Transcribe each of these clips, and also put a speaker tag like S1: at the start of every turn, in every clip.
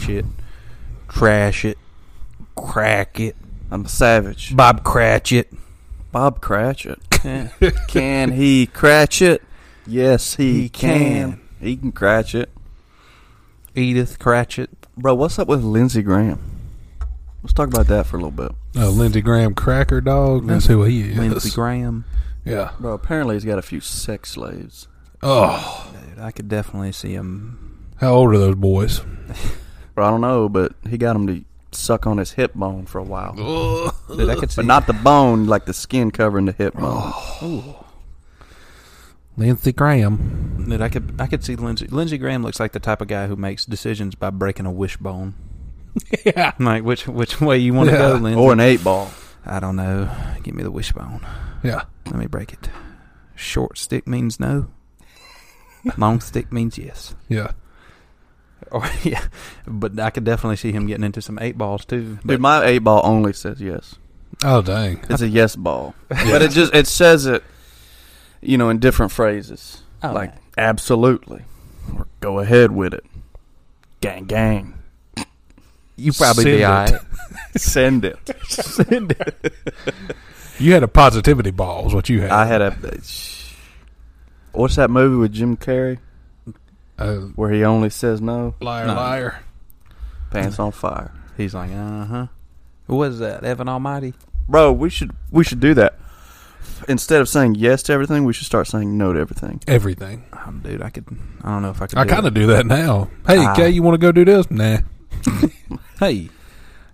S1: shit, trash it, crack it,
S2: I'm a savage.
S1: Bob Cratchit.
S2: Bob Cratchit. can he Cratchit? Yes, he,
S1: He
S2: can.
S1: can.
S2: He can Cratchit.
S1: Edith Cratchit.
S2: Bro, what's up with Lindsey Graham? Let's talk about that for a little bit.
S3: Oh, Lindsey Graham Cracker Dog. That's who he is.
S1: Lindsey Graham.
S3: Yeah.
S2: Bro, apparently he's got a few sex slaves.
S3: Oh,
S1: Dude, I could definitely see him.
S3: how old are those boys?
S2: Bro, I don't know, but he got them to suck on his hip bone for a while.
S1: Dude, I could see
S2: But not the bone, like the skin covering the hip bone.
S3: Lindsey Graham.
S1: Dude, I could I could see Lindsey Lindsey Graham looks like the type of guy who makes decisions by breaking a wishbone.
S3: yeah.
S1: Like which which way you want to go,
S3: Yeah.
S1: Lindsey?
S2: Or an eight ball.
S1: I don't know. Give me the wishbone.
S3: Yeah.
S1: Let me break it. Short stick means no. Long stick means yes.
S3: Yeah.
S1: Or Oh, yeah, but I could definitely see him getting into some eight balls too.
S2: Dude,
S1: But
S2: my eight ball only says yes.
S3: Oh, dang.
S2: It's a yes ball, but it just it says it, you know, in different phrases.
S1: Oh,
S2: like
S1: okay.
S2: absolutely, or go ahead with it, gang gang,
S1: you
S3: probably be alright.
S2: send it.
S3: You had a positivity ball, is what you had.
S2: I had a. What's that movie with Jim Carrey
S3: a
S2: where he only says no?
S3: liar,
S1: No.
S3: liar.
S2: Pants on fire,
S1: He's like, uh huh. What is that, Evan Almighty?
S2: bro. We should we should do that. Instead of saying yes to everything, we should start saying no to everything.
S3: Everything.
S1: Um, dude, I could. I don't know if I could.
S3: I
S1: do
S3: kind
S1: it.
S3: of do that now. Hey,
S1: Ah.
S3: Kay, you want to go do this? Nah.
S1: Hey,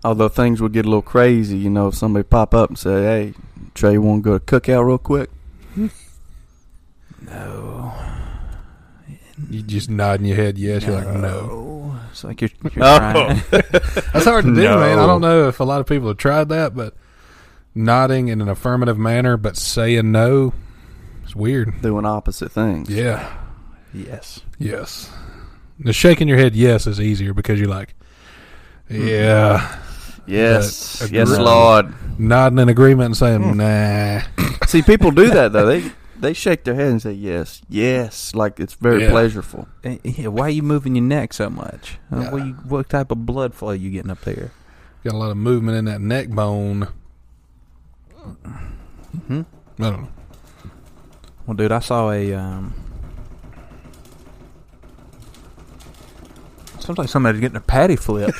S2: Although things would get a little crazy, you know, if somebody pop up and say, "Hey, Trey, you want to go to cookout real quick?"
S1: no.
S3: You just nodding your head yes. You're like, no.
S1: It's like you're, you're
S2: Oh.
S1: trying.
S3: That's hard to do,
S2: No.
S3: man. I don't know if a lot of people have tried that, but nodding in an affirmative manner but saying no, it's weird.
S2: Doing opposite things.
S3: Yeah.
S1: yes.
S3: Yes. The shaking your head yes is easier because you're like, yeah.
S2: Yes,
S3: But
S2: yes,
S3: agree.
S2: Lord.
S3: Nodding in agreement and saying, nah.
S2: See, people do that though. They they shake their head and say yes, yes, like it's very
S3: Yeah.
S2: pleasureful.
S1: Eh, Yeah, why are you moving your neck so much? Uh,
S3: Yeah.
S1: what, you, what type of blood flow you getting up there?
S3: Got a lot of movement in that neck bone.
S1: Hmm?
S3: I don't know.
S1: Well, dude, I saw a. Um, sounds like somebody's getting a patty flip.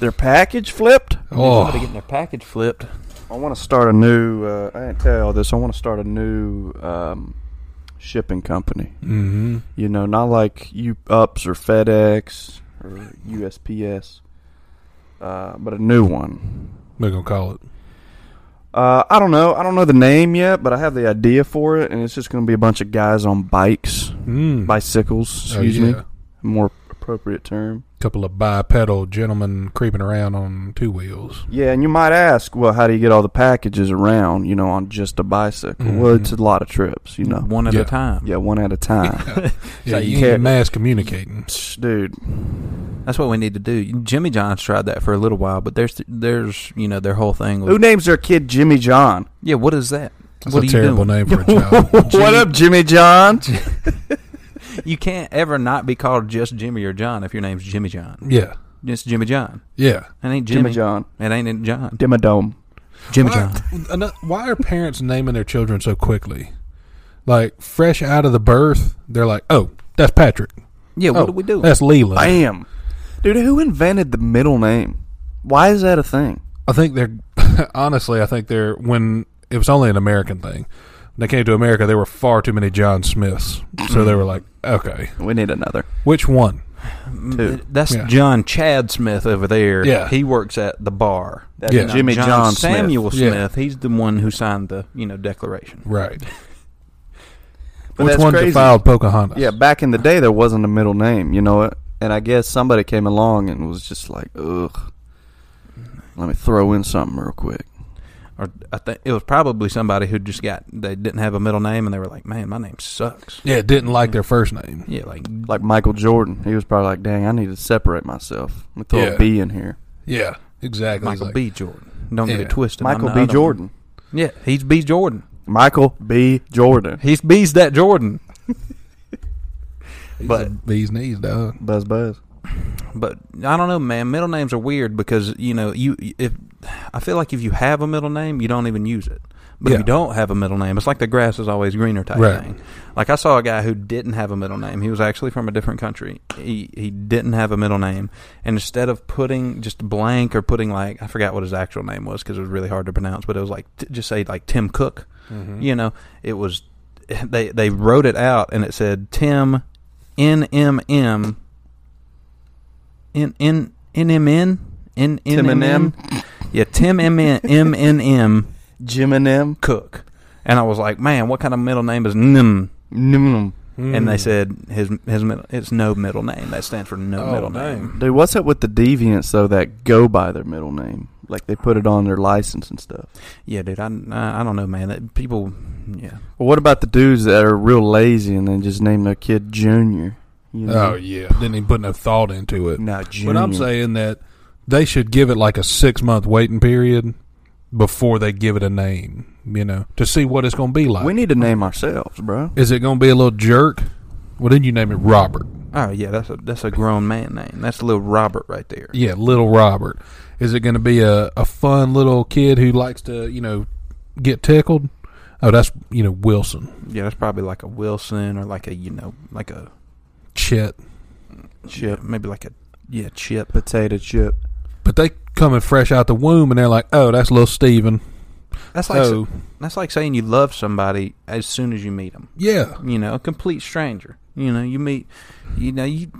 S2: Their package flipped.
S1: Somebody
S3: Oh,
S1: getting their package flipped.
S2: I want to start a new. Uh, I didn't tell y'all this. I want to start a new um, shipping company.
S3: mm-hmm.
S2: You know, not like U Ups or FedEx or USPS, uh, but a new one.
S3: we're going to call it.
S2: Uh, I don't know. I don't know the name yet, but I have the idea for it, and it's just going to be a bunch of guys on bikes,
S3: Mm.
S2: bicycles.
S3: Oh,
S2: Excuse me,
S3: yeah.
S2: more appropriate term.
S3: Couple of bipedal gentlemen creeping around on two wheels.
S2: Yeah, and you might ask, well, how do you get all the packages around, you know, on just a bicycle?
S3: Mhm.
S2: Well, it's a lot of trips, you know.
S1: One at
S3: Yeah.
S1: a time.
S2: Yeah, one at a time.
S3: Mm-hmm. Yeah,
S2: you
S3: you
S2: can't-
S3: ain't mass communicating.
S2: Psh, Dude,
S1: That's what we need to do. Jimmy John's tried that for a little while, but there's there's you know their whole thing. Was,
S2: who names their kid Jimmy John?
S1: yeah, what is that?
S3: That's
S1: what are
S3: a
S1: you
S3: terrible
S1: doing?
S3: name for a child.
S2: What up, Jimmy John?
S1: You can't ever not be called just Jimmy or John if your name's Jimmy John.
S3: yeah,
S1: Just Jimmy John.
S3: yeah.
S1: It ain't Jimmy.
S2: Jimmy John.
S1: It ain't John.
S2: Dimmadome.
S1: Jimmy
S3: why,
S1: John.
S3: ano- why are parents naming their children so quickly? Like fresh out of the birth, they're like, "Oh, that's Patrick.
S1: Yeah,
S3: oh,
S1: what are we doing?
S3: That's Leland." I,
S2: Bam. Dude, who invented the middle name? Why is that a thing?
S3: think they're honestly, I think they're when it was only an American thing. When they came to America, there were far too many John Smiths, so they were like, "Okay,
S2: We need another.
S3: which one?"
S2: Two.
S1: That's
S3: Yeah.
S1: John Chad Smith over there.
S3: Yeah.
S1: he works at the bar.
S2: That's
S3: Yeah.
S2: Jimmy
S1: John,
S2: John Smith.
S1: Samuel
S3: Yeah.
S1: Smith. He's the one who signed the you know declaration.
S3: Right.
S2: But
S3: which
S2: that's
S3: one
S2: crazy.
S3: defiled Pocahontas?
S2: Yeah, back in the day, there wasn't a middle name, you know it. And I guess somebody came along and was just like, ugh, let me throw in something real quick.
S1: Or I think it was probably somebody who just got they didn't have a middle name and they were like, man, my name sucks.
S3: yeah, it didn't like their first name.
S1: Yeah, like
S2: Like Michael Jordan, he was probably like, dang, I need to separate myself. Let me throw
S3: Yeah.
S2: a B in here.
S3: Yeah, exactly. It's
S1: Michael
S3: like-
S1: B. Jordan. Don't get
S3: Yeah.
S1: it twisted. I'm
S2: Michael
S1: the
S2: B.
S1: other
S2: Jordan.
S1: one. Yeah, he's B. Jordan.
S2: Michael B. Jordan.
S1: He's B's that Jordan.
S2: But-
S3: these knees, dog.
S2: Buzz Buzz.
S1: But I don't know, man. Middle names are weird because you know you if I feel like if you have a middle name, you don't even use it. But if
S3: Yeah.
S1: you don't have a middle name, it's like the grass is always greener type
S3: Right.
S1: thing. Like I saw a guy who didn't have a middle name. He was actually from a different country. He he didn't have a middle name, and instead of putting just blank or putting like I forgot what his actual name was because it was really hard to pronounce, but it was like t- just say like Tim Cook.
S3: Hmm.
S1: You know, it was they they wrote it out and it said Tim N M M N N N M N N N
S2: Tim
S1: M
S2: and
S1: M
S2: M.
S1: yeah Tim M N M N M
S2: Jim and M.
S1: Cook and I was like man what kind of middle name is Nim
S2: Mm.
S1: and
S3: Mm-hmm. Hmm.
S1: they said his his middle it's no middle name that stands for no
S3: Oh,
S1: middle
S3: dang.
S1: name
S2: Dude, what's up with the deviants though that go by their middle name? Like they put it on their license and stuff.
S1: yeah dude I I I don't know man that people yeah
S2: Well, what about the dudes that are real lazy and then just name their kid Junior? You
S3: "Oh yeah," didn't even put no thought into it.
S2: no Junior.
S3: But I'm saying that they should give it like a six month waiting period before they give it a name. You know, to see what it's going to be like.
S2: we need to name ourselves, bro.
S3: Is it going to be a little jerk? Well, then you name it Robert.
S1: oh yeah that's a that's a grown man name that's little Robert right there
S3: Yeah, little Robert. Is it going to be a, a fun little kid who likes to, you know, get tickled? Oh, that's, you know, Wilson,
S1: yeah that's probably like a Wilson or like a you know like a
S3: Chet.
S1: chip maybe like a yeah chip
S2: Potato chip.
S3: But they coming fresh out the womb and they're like, oh, that's little Steven.
S1: That's like
S3: Oh,
S1: that's like saying you love somebody as soon as you meet them.
S3: yeah.
S1: You know, a complete stranger. You know, you meet, you know, you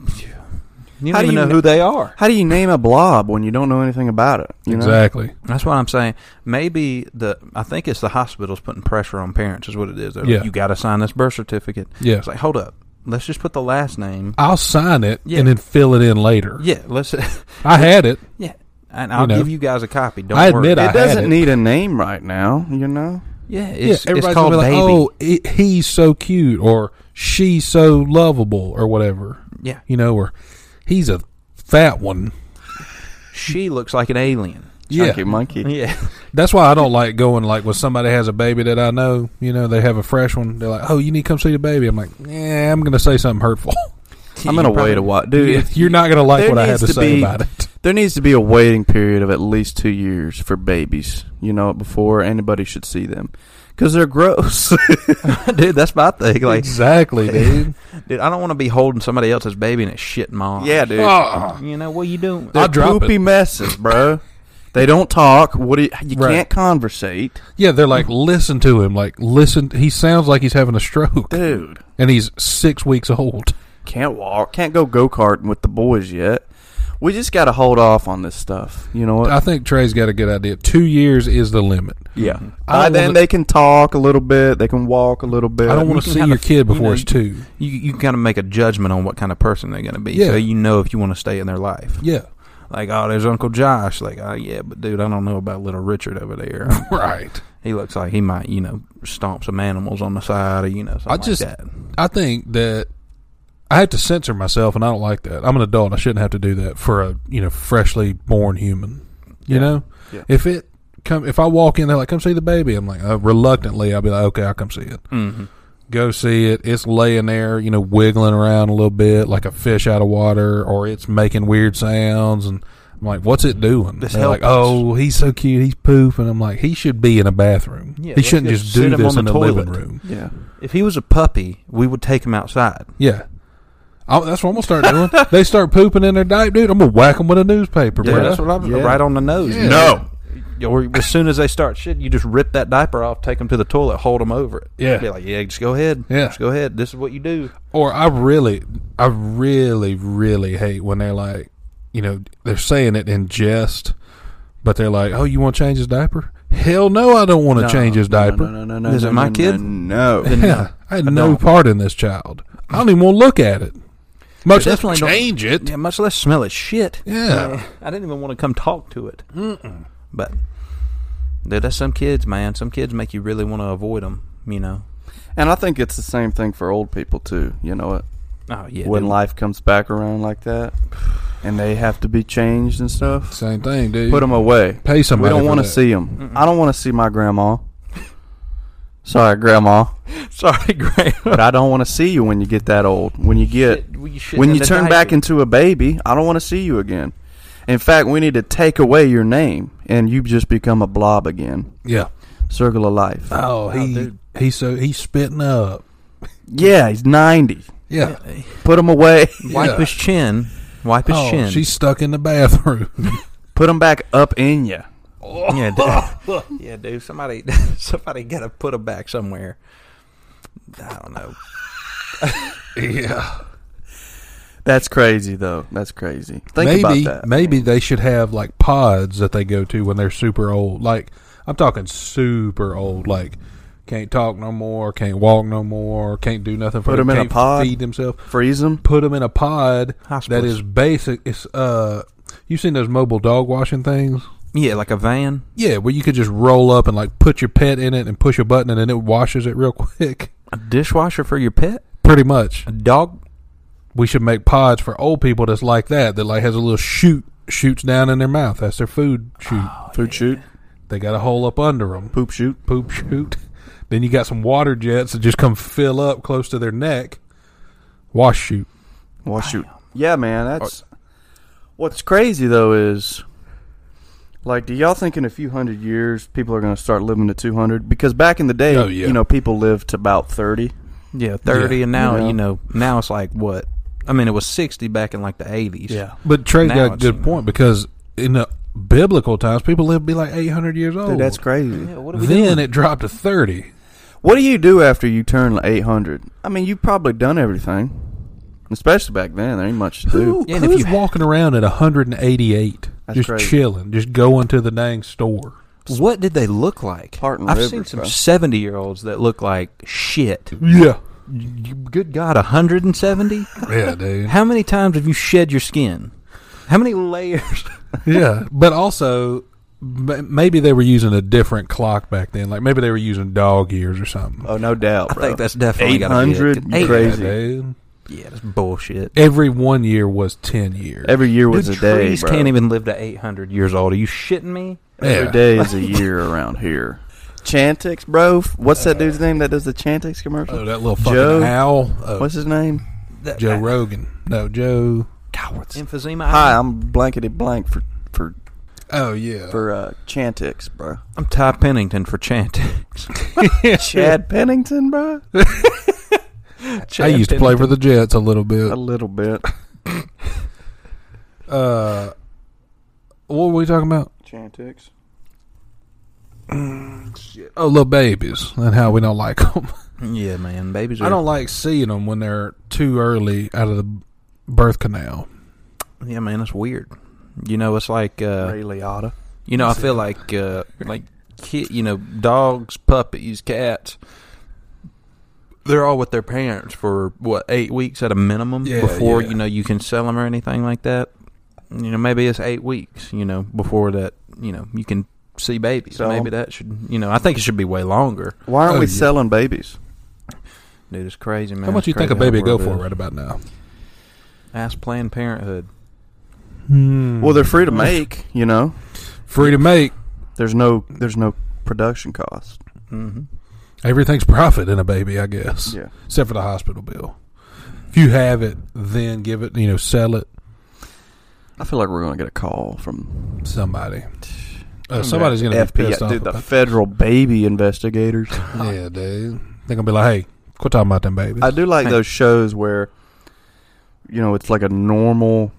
S1: you don't
S2: How do
S1: even
S2: you
S1: know
S2: kn-
S1: who they are.
S2: How do you name a blob when you don't know anything about it? You know?
S3: exactly.
S1: That's what I'm saying. Maybe the I think it's the hospitals putting pressure on parents is what it is. They're
S3: Yeah.
S1: like, you got to sign this birth certificate.
S3: Yeah.
S1: It's like, hold up, let's just put the last name.
S3: I'll sign it
S1: Yeah.
S3: and then fill it in later.
S1: Yeah, let's.
S3: I had it.
S1: yeah, and I'll
S3: know.
S1: give you guys a copy. Don't
S3: I
S1: worry.
S3: admit I
S2: It
S3: had
S2: doesn't
S3: it.
S2: need a name right now, you know?
S1: yeah, it's,
S3: yeah,
S1: it's
S3: everybody's
S1: called
S3: gonna be
S1: baby.
S3: like, oh, it, he's so cute, or she's so lovable, or whatever,
S1: Yeah,
S3: you know, or he's a fat one.
S1: she looks like an alien.
S3: Yeah,
S2: Chunky monkey.
S1: Yeah,
S3: that's why I don't like going like when somebody has a baby that I know, you know, they have a fresh one. They're like, oh, you need to come see the baby. I'm like, yeah, I'm gonna say something hurtful.
S2: I'm gonna wait a while, dude.
S3: Yeah,
S2: if-
S3: You're not gonna like
S2: there
S3: what I
S2: needs
S3: had to,
S2: to
S3: say
S2: be-
S3: about it.
S2: There needs to be a waiting period of at least two years for babies, you know, before anybody should see them. Because they're gross.
S1: dude. That's my thing. Like,
S3: exactly, dude.
S1: Dude, I don't want to be holding somebody else's baby and it's shitting mom.
S2: dude.
S3: Ah.
S1: You know, what you doing?
S3: I'll
S2: They're
S3: drop it.
S2: poopy messes, bro. they don't talk. What do you, you
S3: Right.
S2: can't conversate.
S3: yeah, they're like, listen to him. Like, listen. He sounds like he's having a stroke,
S2: Dude.
S3: and he's six weeks old.
S2: Can't walk. Can't go go karting with the boys yet. We just gotta hold off on this stuff. You know what?
S3: I think Trey's got a good idea. Two years is the limit.
S2: yeah.
S1: Mm-hmm.
S3: I
S2: By then
S3: wasn't-
S2: they can talk a little bit, they can walk a little bit.
S3: I don't
S1: you
S3: want
S1: can
S3: to see
S1: have
S3: your
S1: a-
S3: kid before
S1: you know,
S3: it's
S1: you-
S3: two.
S1: You you kind of make a judgment on what kind of person they're going to be.
S3: Yeah.
S1: So you know if you want to stay in their life.
S3: Yeah,
S1: Like, oh, there's Uncle Josh. Like, oh yeah, but dude, I don't know about little Richard over there.
S3: right.
S1: he looks like he might, you know, stomp some animals on the side or you know something
S3: I just-
S1: like that.
S3: I think that I have to censor myself, and I don't like that. I'm an adult. I shouldn't have to do that for a you know freshly born human. You
S2: Yeah.
S3: know,
S2: Yeah.
S3: if it come if I walk in, they're like, "Come see the baby." I'm like, uh, reluctantly, I'll be like, "Okay, I'll come see it."
S1: Mm-hmm.
S3: Go see it. It's laying there, you know, wiggling around a little bit like a fish out of water, or it's making weird sounds and. I'm like, what's it doing?
S1: This
S3: They're like,
S1: helps.
S3: oh, he's so cute, he's pooping. I'm like, he should be in a bathroom.
S1: Yeah,
S3: he
S1: let's
S3: shouldn't
S1: just
S3: just
S1: sit
S3: do
S1: him
S3: this
S1: on
S3: in
S1: the
S3: a living
S1: toilet.
S3: room.
S2: Yeah.
S1: If he was a puppy, we would take him outside.
S3: Yeah. I, that's what I'm gonna start doing. they start pooping in their diaper, dude. I'm gonna whack them with a newspaper,
S1: Yeah,
S3: bro.
S1: that's what I'm
S2: Yeah.
S1: right on the nose.
S3: Yeah.
S2: No.
S1: Or as soon as they start shit, you just rip that diaper off, take them to the toilet, hold them over it.
S3: Yeah.
S1: Be like, yeah, just go ahead.
S3: Yeah.
S1: Just go ahead. This is what you do.
S3: Or I really, I really, really hate when they're like, you know, they're saying it in jest, but they're like, "Oh, you want to change his diaper? Hell no, I don't want to
S2: No,
S3: change his
S2: no,
S3: diaper.
S2: No, no, no, no,
S1: Is
S2: no,
S1: it my
S2: no,
S1: kid?
S2: No.
S1: Then
S3: Yeah,
S1: no.
S3: I had
S1: I
S3: no
S1: don't.
S3: part in this child. I don't even want to look at it. Much
S1: I
S3: less
S1: definitely don't-
S3: change it.
S1: Yeah, much less smell his shit.
S3: Yeah.
S1: Uh, I didn't even want to come talk to it. But dude, that's some kids, man. Some kids make you really want to avoid them. You know.
S2: And I think it's the same thing for old people too. You know what?
S1: Oh yeah.
S2: when
S1: dude.
S2: life comes back around like that, and they have to be changed and stuff,
S3: Same thing, dude.
S2: put them away.
S3: Pay
S2: We
S3: somebody.
S2: don't
S3: want to
S2: see them. I don't want to see my grandma. Sorry, Grandma,
S1: Sorry, Graham.
S2: but I don't want to see you when you get that old. When you get when you turn back into a baby, I don't want to see you again. In fact, we need to take away your name, and you just become a blob again.
S3: Yeah.
S2: Circle of life.
S3: Oh, he
S1: dude.
S3: he's so he's spitting up.
S2: yeah, he's ninety.
S3: Yeah.
S2: Put him away.
S1: wipe
S3: Yeah.
S1: his chin, wipe his
S3: oh,
S1: chin.
S3: she's stuck in the bathroom.
S2: Put him back up in you.
S1: yeah, dude. yeah, dude. Somebody, somebody got to put him back somewhere. I don't know.
S3: yeah.
S2: That's crazy, though. That's crazy. Think
S3: maybe
S2: about that.
S3: maybe they should have like pods that they go to when they're super old. Like I'm talking super old, like can't talk no more, can't walk no more, can't do nothing for
S2: Put
S3: them,
S2: 'em in a
S3: can't
S2: pod?
S3: feed themselves.
S2: freeze him.
S3: Put them in a pod
S1: Hospice.
S3: that is basic. It's uh, you seen those mobile dog washing things?
S1: Yeah, like a van.
S3: Yeah, where you could just roll up and like put your pet in it and push a button and then it washes it real quick.
S1: A dishwasher for your pet?
S3: Pretty much.
S1: A dog?
S3: We should make pods for old people that's like that, that like has a little shoot shoots down in their mouth. That's their food shoot.
S2: Food shoot.
S3: They got a hole up under them.
S2: Poop shoot.
S3: Poop shoot. Then you got some water jets that just come fill up close to their neck. Wash shoot.
S2: Wash shoot. Yeah, man. That's what's crazy though is like, do y'all think in a few hundred years people are going to start living to two hundred? Because back in the day,
S3: Oh, yeah.
S2: you know, people lived to about thirty.
S1: Yeah, thirty,
S3: Yeah.
S1: and now
S2: Yeah.
S1: you know. Now it's like what? I mean, it was sixty back in like the eighties.
S3: But Trey's
S1: Now
S3: got a
S1: it's-
S3: good point because in the biblical times, people lived to be like 800 years old.
S2: Dude, that's crazy.
S1: Yeah, what are we
S3: then
S1: doing?
S3: it dropped to 30.
S2: What do you do after you turn eight hundred? I mean, you've probably done everything, especially back then. There ain't much to do.
S3: Who,
S1: Yeah, and if
S3: who's
S1: you-
S3: walking around at 188,
S2: That's
S3: just
S2: crazy.
S3: chilling, just going to the dang store?
S1: what did they look like?
S2: Part and
S1: I've
S2: liver,
S1: seen some
S2: bro.
S1: seventy-year-olds that look like shit.
S3: Yeah,
S1: You- Good God, hundred and seventy?
S3: yeah, dude.
S1: How many times have you shed your skin? How many layers?
S3: yeah, but also ma- maybe they were using a different clock back then. Like maybe they were using dog years or something.
S2: Oh, no doubt.
S1: I
S2: bro.
S1: think that's definitely got to be it.
S2: 800? You
S1: Eight-
S2: crazy.
S3: Yeah, dude.
S1: Yeah, that's bullshit.
S3: Every one year was ten years.
S2: every year was
S1: Dude,
S2: a day.
S1: trees
S2: bro.
S1: can't even live to eight hundred years old. Are you shitting me?
S2: Every
S3: Yeah.
S2: day is a year around here. Chantix, bro. F- What's that dude's name that does the Chantix commercial?
S3: Oh, that little fucking
S2: Joe-
S3: owl.
S1: Uh,
S3: Oh,
S2: What's his name?
S1: That-
S3: Joe Rogan. No, Joe.
S1: Emphysema.
S2: Hi, I'm blankety blank for for
S3: Oh yeah.
S2: for uh, Chantix, bro.
S1: I'm Ty Pennington for Chant.
S2: Chad Pennington, bro.
S3: I used to play for the Jets a little bit.
S2: A little bit.
S3: Uh, what were we talking about?
S2: Chantix.
S3: Oh, little babies and how we don't like them.
S1: Yeah, man, babies. Are,
S3: I don't like seeing them when they're too early out of the birth canal.
S1: Yeah, man, it's weird. You know, it's like uh,
S2: Ray Liotta.
S1: you know, I feel like uh, like kid, you know, dogs, puppies, cats. They're all with their parents for what eight weeks at a minimum
S3: Yeah,
S1: before
S3: yeah.
S1: you know you can sell them or anything like that. You know, maybe it's eight weeks. You know, before that, you know, you can see babies.
S2: Sell 'em.
S1: maybe that should, you know, I think it should be way longer.
S2: Why aren't
S3: Oh,
S2: we
S3: yeah.
S2: selling babies?
S1: Dude, it's crazy, man.
S3: How much
S1: It's
S3: you think a
S1: crazy how
S3: baby would go
S1: the
S3: for
S1: world is.
S3: right about now?
S1: Ask Planned Parenthood.
S3: Hmm.
S2: Well, they're free to make. You know,
S3: free to make.
S2: there's no there's no production cost.
S1: Mm-hmm.
S3: Everything's profit in a baby, I guess,
S2: Yeah.
S3: except for the hospital bill. If you have it, then give it. You know, sell it
S2: I feel like we're gonna get a call from
S3: to somebody. Uh, somebody's gonna be
S2: FBI,
S3: pissed off.
S2: dude. The
S3: about-
S2: federal baby investigators.
S3: yeah, dude. They're gonna be like, "Hey, quit talking about them babies."
S2: I do like
S1: Hey.
S2: those shows where, you know, it's like a normal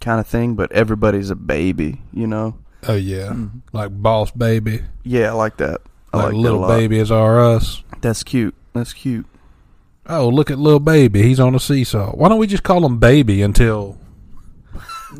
S2: kind of thing, but everybody's a baby. You know?
S3: oh yeah,
S1: Mm-hmm.
S3: like boss baby,
S2: Yeah, I like that. I
S3: like
S2: like,
S3: little
S2: that a lot.
S3: babies are us.
S2: That's cute. That's cute.
S3: Oh, look at little baby. He's on a seesaw. Why don't we just call him baby until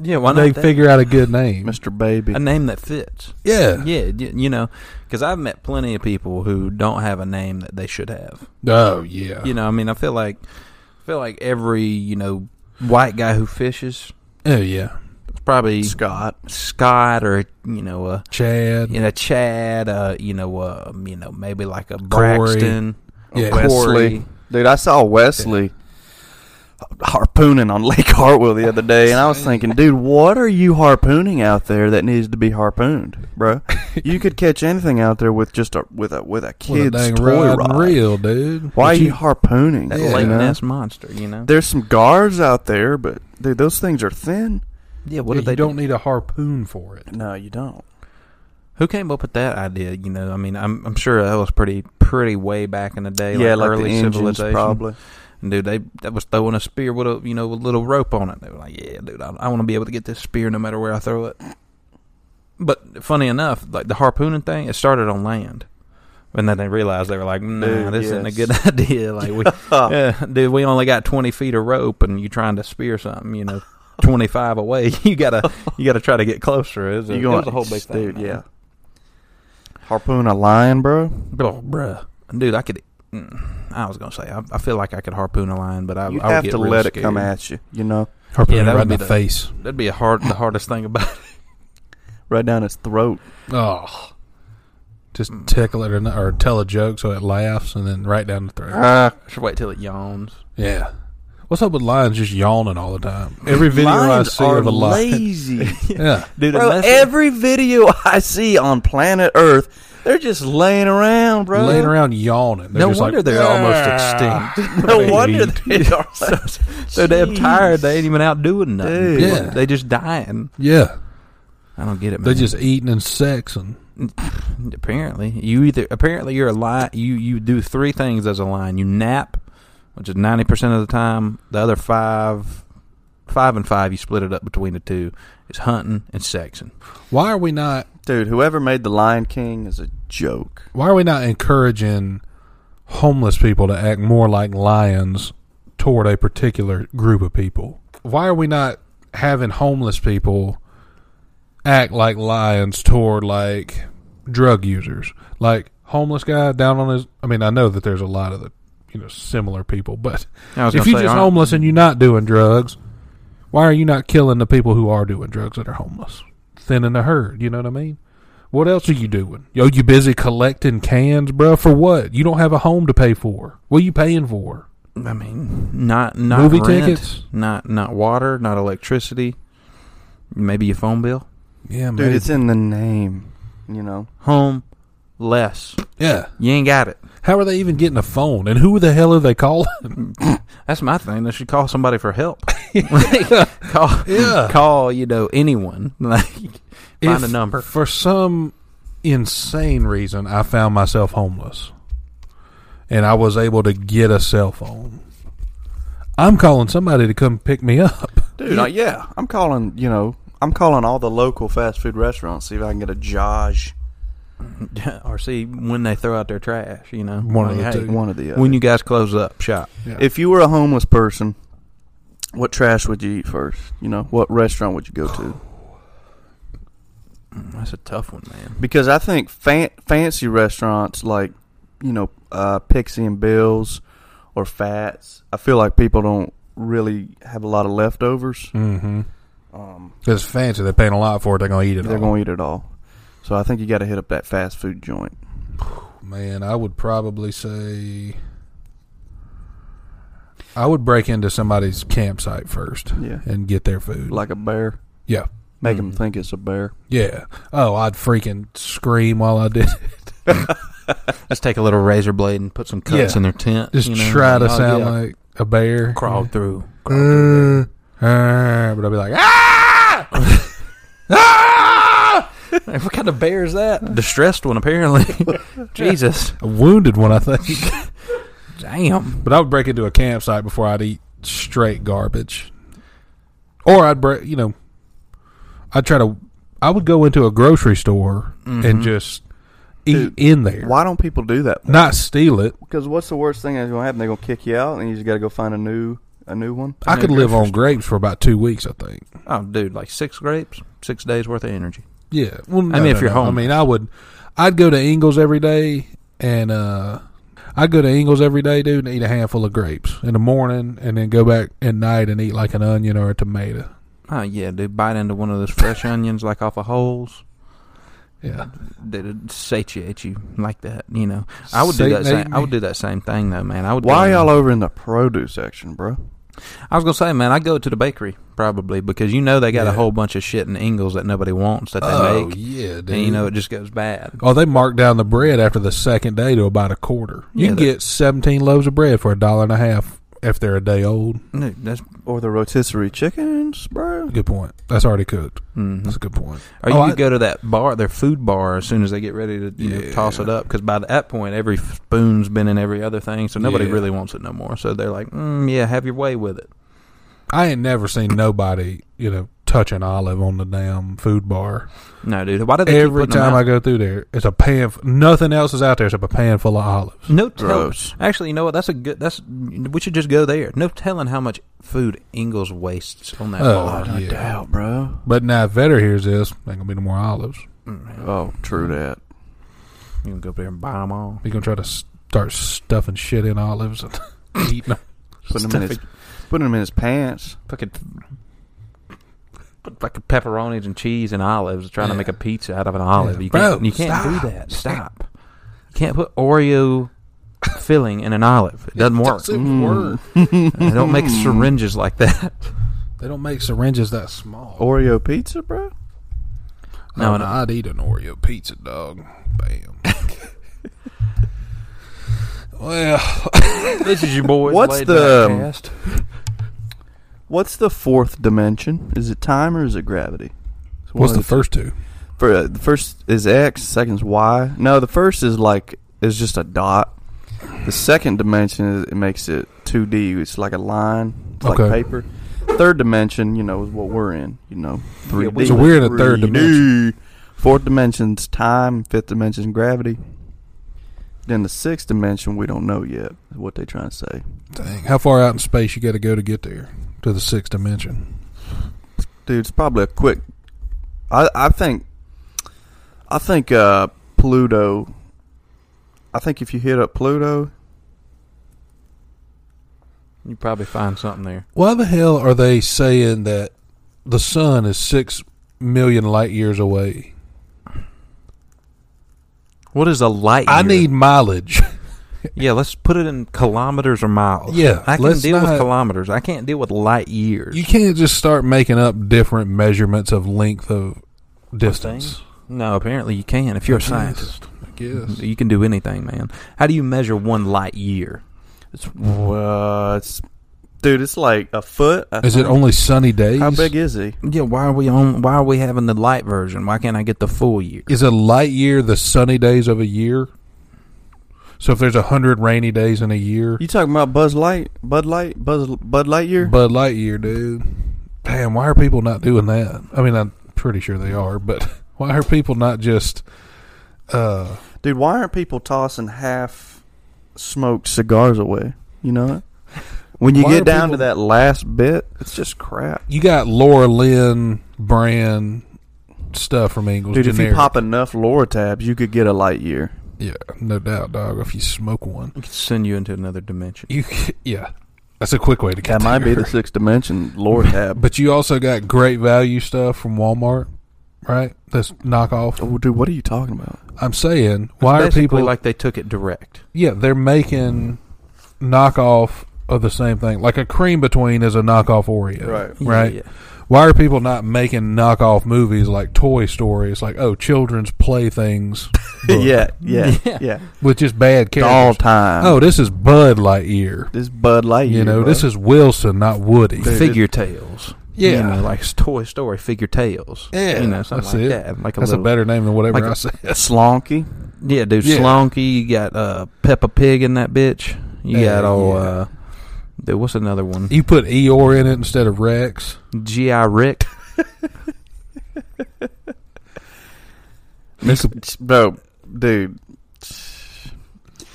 S1: Yeah, why
S3: they
S1: not that?
S3: figure out a good name?
S2: Mr. Baby.
S1: a name that fits?
S3: Yeah.
S1: Yeah, y- you know, because I've met plenty of people who don't have a name that they should have.
S3: Oh yeah.
S1: You know, I mean, I feel like, I feel like every you know white guy who fishes
S3: Oh yeah.
S1: is probably
S2: Scott.
S1: Scott or you know a
S3: Chad.
S1: you know Chad, uh, you know uh, you know maybe like a
S3: Corey.
S1: Braxton,
S3: Yeah.
S1: Corey.
S2: Wesley. Dude, I saw Wesley. harpooning on Lake Hartwell the other day, and I was thinking, dude, what are you harpooning out there that needs to be harpooned, bro? You could catch anything out there with just a with a with a
S3: With a
S2: kid's
S3: dang
S2: toy
S3: rod and
S2: rod.
S3: reel, dude.
S2: Why are
S1: But
S2: you,
S1: you-
S2: harpooning?
S1: That
S2: you
S1: Loch
S2: know?
S1: Ness monster, you know.
S2: There's some guards out there, but dude, those things are thin.
S1: Yeah, what
S3: Yeah,
S1: if they
S3: you don't
S1: don't?
S3: need a harpoon for it.
S2: No, you don't.
S1: Who came up with that idea? You know, I mean, I'm I'm sure that was pretty pretty way back in the day,
S2: yeah,
S1: like,
S2: like
S1: early
S2: the engines
S1: civilization.
S2: probably.
S1: And dude, they that was throwing a spear with a you know with a little rope on it. They were like, yeah, dude, I, I want to be able to get this spear no matter where I throw it. But funny enough, like the harpooning thing, it started on land, and then they realized they were like, nah,
S2: Dude,
S1: this isn't a
S2: yes.
S1: good idea. Like we, yeah, dude, we only got twenty feet of rope, and you trying to spear something, you know, twenty five away. You gotta you gotta try to get closer. It was a,
S2: You
S1: it
S2: going-
S1: was a whole big thing,
S2: dude,
S1: man.
S2: yeah. Harpoon a lion, bro.
S1: Oh, bruh. Dude, I could. mm, I was gonna say, I, I feel like I could harpoon a lion, but I,
S2: you
S1: I would
S2: have
S1: get
S2: to
S1: really
S2: let it
S1: scared.
S2: come at you. You know,
S3: Harpoon
S1: Yeah, that
S3: right
S1: would be
S3: in the,
S1: the-
S3: face.
S1: That'd be a hard, the hardest thing about it.
S2: right down its throat.
S3: Oh. Just
S1: Mm.
S3: tickle it or, not, or tell a joke so it laughs and then right down the throat.
S2: Ah,
S1: I should wait till it yawns.
S3: Yeah. What's up with lions just yawning all the time? Every video I
S2: lions
S3: see
S2: are
S3: of a lion.
S2: lazy.
S3: Yeah.
S1: Dude,
S2: Bro,
S1: unless it-
S2: every video I see on planet Earth, they're just laying around, bro.
S3: Laying around yawning. They're
S1: no
S3: just
S1: wonder
S3: like,
S1: they're
S3: "Ah."
S1: almost extinct.
S2: No
S1: They
S2: wonder
S1: eat.
S2: they are so,
S1: so damn tired. They ain't even out doing nothing.
S2: Dude.
S3: Yeah.
S1: They just dying.
S3: Yeah.
S1: I don't get it, man.
S3: They're just eating and sexing.
S1: apparently you either apparently you're a lion. You you do three things as a lion. You nap, which is ninety percent of the time. The other five, five and five, you split it up between the two. It's hunting and sexing.
S3: Why are we not
S2: Dude, whoever made the Lion King is a joke.
S3: why are we not encouraging homeless people to act more like lions toward a particular group of people? Why are we not having homeless people act like lions toward like drug users? Like homeless guy down on his I mean, I know that there's a lot of the you know, similar people, but
S1: I was
S3: if
S1: gonna
S3: you're
S1: say,
S3: just
S1: aren't-
S3: homeless and you're not doing drugs, why are you not killing the people who are doing drugs that are homeless? Thinning the herd, you know what I mean? What else are you doing? Yo, you busy collecting cans, bro? For what? You don't have a home to pay for. What are you paying for?
S1: I mean, not not
S3: Movie
S1: rent,
S3: tickets?
S1: not not water, not electricity, maybe your phone bill.
S3: Yeah,
S2: Dude, it's in the name, you know.
S1: Home less.
S3: yeah.
S1: You ain't got it.
S3: How are they even getting a phone? And who the hell are they calling?
S1: That's my thing. They should call somebody for help. Like, call,
S3: Yeah.
S1: call you know anyone. Like find a
S3: If
S1: number.
S3: For some insane reason, I found myself homeless, and I was able to get a cell phone. I'm calling somebody to come pick me up.
S2: Dude, yeah, yeah I'm calling, you know, I'm calling all the local fast food restaurants, see if I can get a Josh.
S1: or see when they throw out their trash. You know,
S3: One of
S1: Like,
S3: the
S1: hey,
S3: two.
S2: One of the other.
S1: when you guys close up shop.
S2: if you were a homeless person, what trash would you eat first? You know, what restaurant would you go to?
S1: Mm, That's a tough one, man.
S2: Because I think fan- fancy restaurants like, you know, uh, Pixie and Bill's or Fats, I feel like people don't really have a lot of leftovers.
S3: Mm-hmm.
S2: Um,
S3: It's fancy. They're paying a lot for it. They're gonna eat it.
S2: they're
S3: all.
S2: going to eat it all. So I think you got to hit up that fast food joint.
S3: Man, I would probably say. I would break into somebody's campsite first
S2: Yeah.
S3: and get their food.
S2: Like a bear.
S3: yeah,
S2: Make them think it's a bear.
S3: yeah. Oh, I'd freaking scream while I did. it.
S1: Let's take a little razor blade and put some cuts
S3: Yeah.
S1: in their tent.
S3: Just
S1: you know,
S3: try to
S1: oh,
S3: sound
S1: yeah.
S3: like a bear.
S1: crawl through. Crawl through there.
S3: Uh, uh, but I'd be like, ah, ah,
S1: Like, what kind of bear is that? Distressed one, apparently. Jesus.
S3: a wounded one, I think.
S1: Damn.
S3: But I would break into a campsite before I'd eat straight garbage, or I'd break. You know, I'd try to. I would go into a grocery store and just eat
S2: Dude,
S3: in there,
S2: Why don't people do that?
S3: not steal it.
S2: Because what's the worst thing that's going to happen? They're going to kick you out and you just got to go find a new a new one.
S3: I
S1: know
S3: could live
S1: grocery
S3: on grapes for about two weeks, I think.
S1: Oh, dude, like six grapes, six days worth of energy.
S3: Yeah. Well,
S1: I mean, if you're home.
S3: I mean, I would. I'd go to Ingles every day, and uh, I'd go to Ingles every day, dude, and eat a handful of grapes in the morning, and then go back at night and eat like an onion or a tomato.
S1: Oh yeah, dude, bite into one of those fresh onions like off of holes.
S3: Yeah.
S1: That it satiates you like that, you know. I would do
S3: Satan
S1: that. Same,
S3: ate
S1: I would
S3: me.
S1: do that same thing though, man. I would. go
S2: Why
S1: in-
S2: y'all over in the produce section, bro?
S1: I was gonna say, man, I go to the bakery probably because you know they got a
S3: Yeah.
S1: whole bunch of shit in Ingles that nobody wants that they
S3: Oh
S1: make,
S3: yeah, dude.
S1: and you know it just goes bad.
S3: Oh, they mark down the bread after the second day to about a quarter. You
S1: Yeah,
S3: can
S1: they-
S3: get seventeen loaves of bread for a dollar and a half if they're a day old.
S1: No, that's
S2: Or the rotisserie chickens, bro.
S3: Good point. That's already cooked.
S1: mhm.
S3: That's a good point.
S1: Or you
S3: Oh,
S1: could
S3: I-
S1: go to that bar, their food bar, as soon as they get ready to you know, toss it
S3: Yeah.
S1: up. Because by that point, every spoon's been in every other thing, so nobody
S3: Yeah.
S1: really wants it no more. So they're like, mm, yeah, have your way with it.
S3: I ain't never seen nobody, you know, touch an olive on the damn food bar.
S1: No, dude. Why do they
S3: Every
S1: keep putting them
S3: time
S1: out?
S3: I go through there, it's a pan. f- Nothing else is out there except a pan full of olives.
S1: No telling.
S2: Gross.
S1: Actually, you know what? That's a good. That's we should just go there. No telling how much food Ingles wastes on that
S3: Oh,
S1: bar.
S3: yeah.
S2: I doubt, bro.
S3: But now if Vetter hears this, ain't gonna be no more olives.
S1: Mm,
S2: Oh, true that.
S1: You can go up there and buy them all.
S3: He gonna try to s- start stuffing shit in olives and eating them.
S2: Putting him in his, putting him in his pants.
S1: Fucking put fucking pepperonis and cheese and olives. Trying to
S3: Yeah.
S1: make a pizza out of an olive.
S3: Yeah.
S1: You
S3: Bro,
S1: can't. you can't do
S3: stop.
S1: that. Stop. You can't put Oreo filling in an olive. It doesn't work.
S3: doesn't
S2: Mm.
S3: work.
S1: They don't make syringes like that.
S3: They don't make syringes that small.
S2: Oreo pizza, bro.
S1: No,
S3: Oh,
S1: Oh, no.
S3: I'd eat an Oreo pizza, dog. Bam. well,
S1: this is your boy.
S2: What's Late the-
S1: um,
S2: Night What's the fourth dimension? Is it time or is it gravity? It's one
S3: what's
S2: of
S3: the first two?
S2: For, uh, the first is X, second's Y. No, the first is like is just a dot. The second dimension is, it makes it 2D. It's like a line, it's like
S3: Okay.
S2: paper. Third dimension, you know, is what we're in. You know, 3D.
S1: we- So
S3: we're in a third
S2: 3D.
S3: dimension.
S2: Fourth dimension's time. Fifth dimension's gravity. Then the sixth dimension, we don't know yet is what they're trying to say.
S3: Dang, how far out in space you got to go to get there to the sixth dimension?
S2: Dude, it's probably a quick. I I think. I think uh, Pluto. I think if you hit up Pluto,
S1: You probably find something there.
S3: Why the hell are they saying that the sun is six million light years away?
S1: What is a light?
S3: I
S1: year?
S3: need mileage.
S1: Yeah, let's put it in kilometers or miles.
S3: Yeah,
S1: I can
S3: let's
S1: deal with
S3: not-
S1: kilometers. I can't deal with light years.
S3: you can't just start making up different measurements of length of distance.
S1: no, apparently you can if you're a
S3: Yes,
S1: scientist.
S3: I guess.
S2: Mm-hmm.
S1: You can do anything, man. How do you measure one light year?
S2: it's uh, it's dude, it's like a foot. I
S3: Is it
S2: think.
S3: only sunny days?
S2: How big is he?
S1: Yeah, why are we on? Why are we having the light version? Why can't I get the full year?
S3: Is a light year the sunny days of a year? So if there's a hundred rainy days in a year,
S2: You talking about Buzz Light? Bud Light? Buzz Bud Lightyear?
S3: Bud Lightyear, dude. Damn, why are people not doing that? I mean, I'm pretty sure they are, but why are people not just? Uh,
S2: Dude, why aren't people tossing half smoked cigars away? You know it. When you
S3: Why are
S2: get down
S3: people-
S2: to that last bit, it's just crap.
S3: you got Laura Lynn brand stuff from Ingles.
S2: Dude, if you
S3: generic.
S2: pop enough Laura tabs, you could get a light year.
S3: yeah, no doubt, dog. If you smoke one,
S1: I could send you into another dimension.
S3: you yeah, that's a quick way to get
S2: That might be
S3: there.
S2: the sixth dimension Lord tab.
S3: But you also got great value stuff from Walmart, right? That's knockoff.
S2: Oh, dude, what are you talking about?
S3: I'm saying, why are
S1: Basically
S3: people
S1: like they took it direct?
S3: Yeah, they're making knockoff of the same thing. Like a cream between is a knockoff Oreo. Right.
S1: Yeah.
S3: Why are people not making knockoff movies like Toy Story? It's like, oh, children's playthings. book
S2: yeah, yeah,
S1: Yeah.
S2: yeah.
S3: With just bad
S2: All
S3: characters.
S2: time.
S3: Oh, this is Bud Lightyear.
S2: this Bud Light.
S3: You know, this is Wilson, not Woody.
S2: Dude,
S1: Figure tales.
S3: Yeah.
S1: You know, like it's Toy Story figure tales.
S3: Yeah,
S1: You know, something
S3: that's
S1: like
S3: it.
S1: that. Like a
S3: That's a
S1: little,
S3: better name than whatever
S1: like
S3: I
S1: a-
S3: said.
S2: Slonky.
S1: Yeah, dude,
S3: Yeah.
S1: Slonky. You got uh, Peppa Pig in that bitch. You
S3: Yeah,
S1: got all.
S3: yeah.
S1: Uh, dude, what's another one?
S3: You put Eeyore in it instead of Rex.
S1: G.I. Rick.
S3: That's a-
S2: Bro, dude.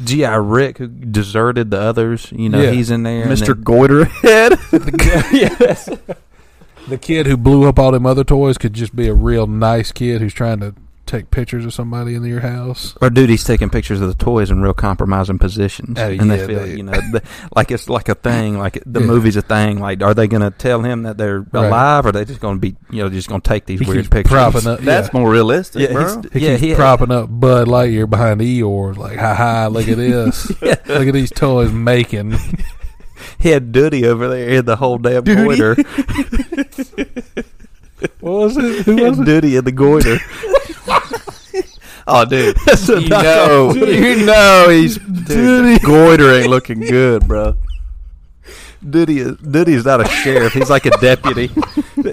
S1: G.I. Rick, who deserted the others. You know,
S3: Yeah.
S1: he's in there. and
S2: Mr.
S1: then-
S2: Goiterhead.
S3: the kid who blew up all them other toys could just be a real nice kid who's trying to take pictures of somebody in your house.
S1: or dude, he's taking pictures of the toys in real compromising positions,
S3: Oh,
S1: and
S3: yeah,
S1: they feel
S3: they-
S1: you know the, like it's like a thing, like the
S3: Yeah.
S1: movie's a thing. Like, are they going to tell him that they're
S3: Right.
S1: alive, or are they just going to be you know just going to take these
S3: He
S1: weird
S3: keeps
S1: pictures?
S3: propping up.
S2: That's
S3: yeah.
S2: more realistic,
S1: yeah,
S2: bro.
S1: he's-
S3: He
S1: yeah,
S3: keeps
S1: he-
S3: propping up Bud Lightyear behind Eeyore, like, ha ha, look at this. Look at these toys making.
S1: He had Duty over there. He had the whole damn
S2: Duty.
S1: goiter.
S3: What was it?
S1: He had Duty in the goiter.
S2: Oh, dude.
S1: That's a
S2: You
S1: knockoff
S2: know,
S1: Duty.
S2: you know he's dude, goiter ain't looking good, bro.
S1: Duty is Duty's not a sheriff. He's like a deputy.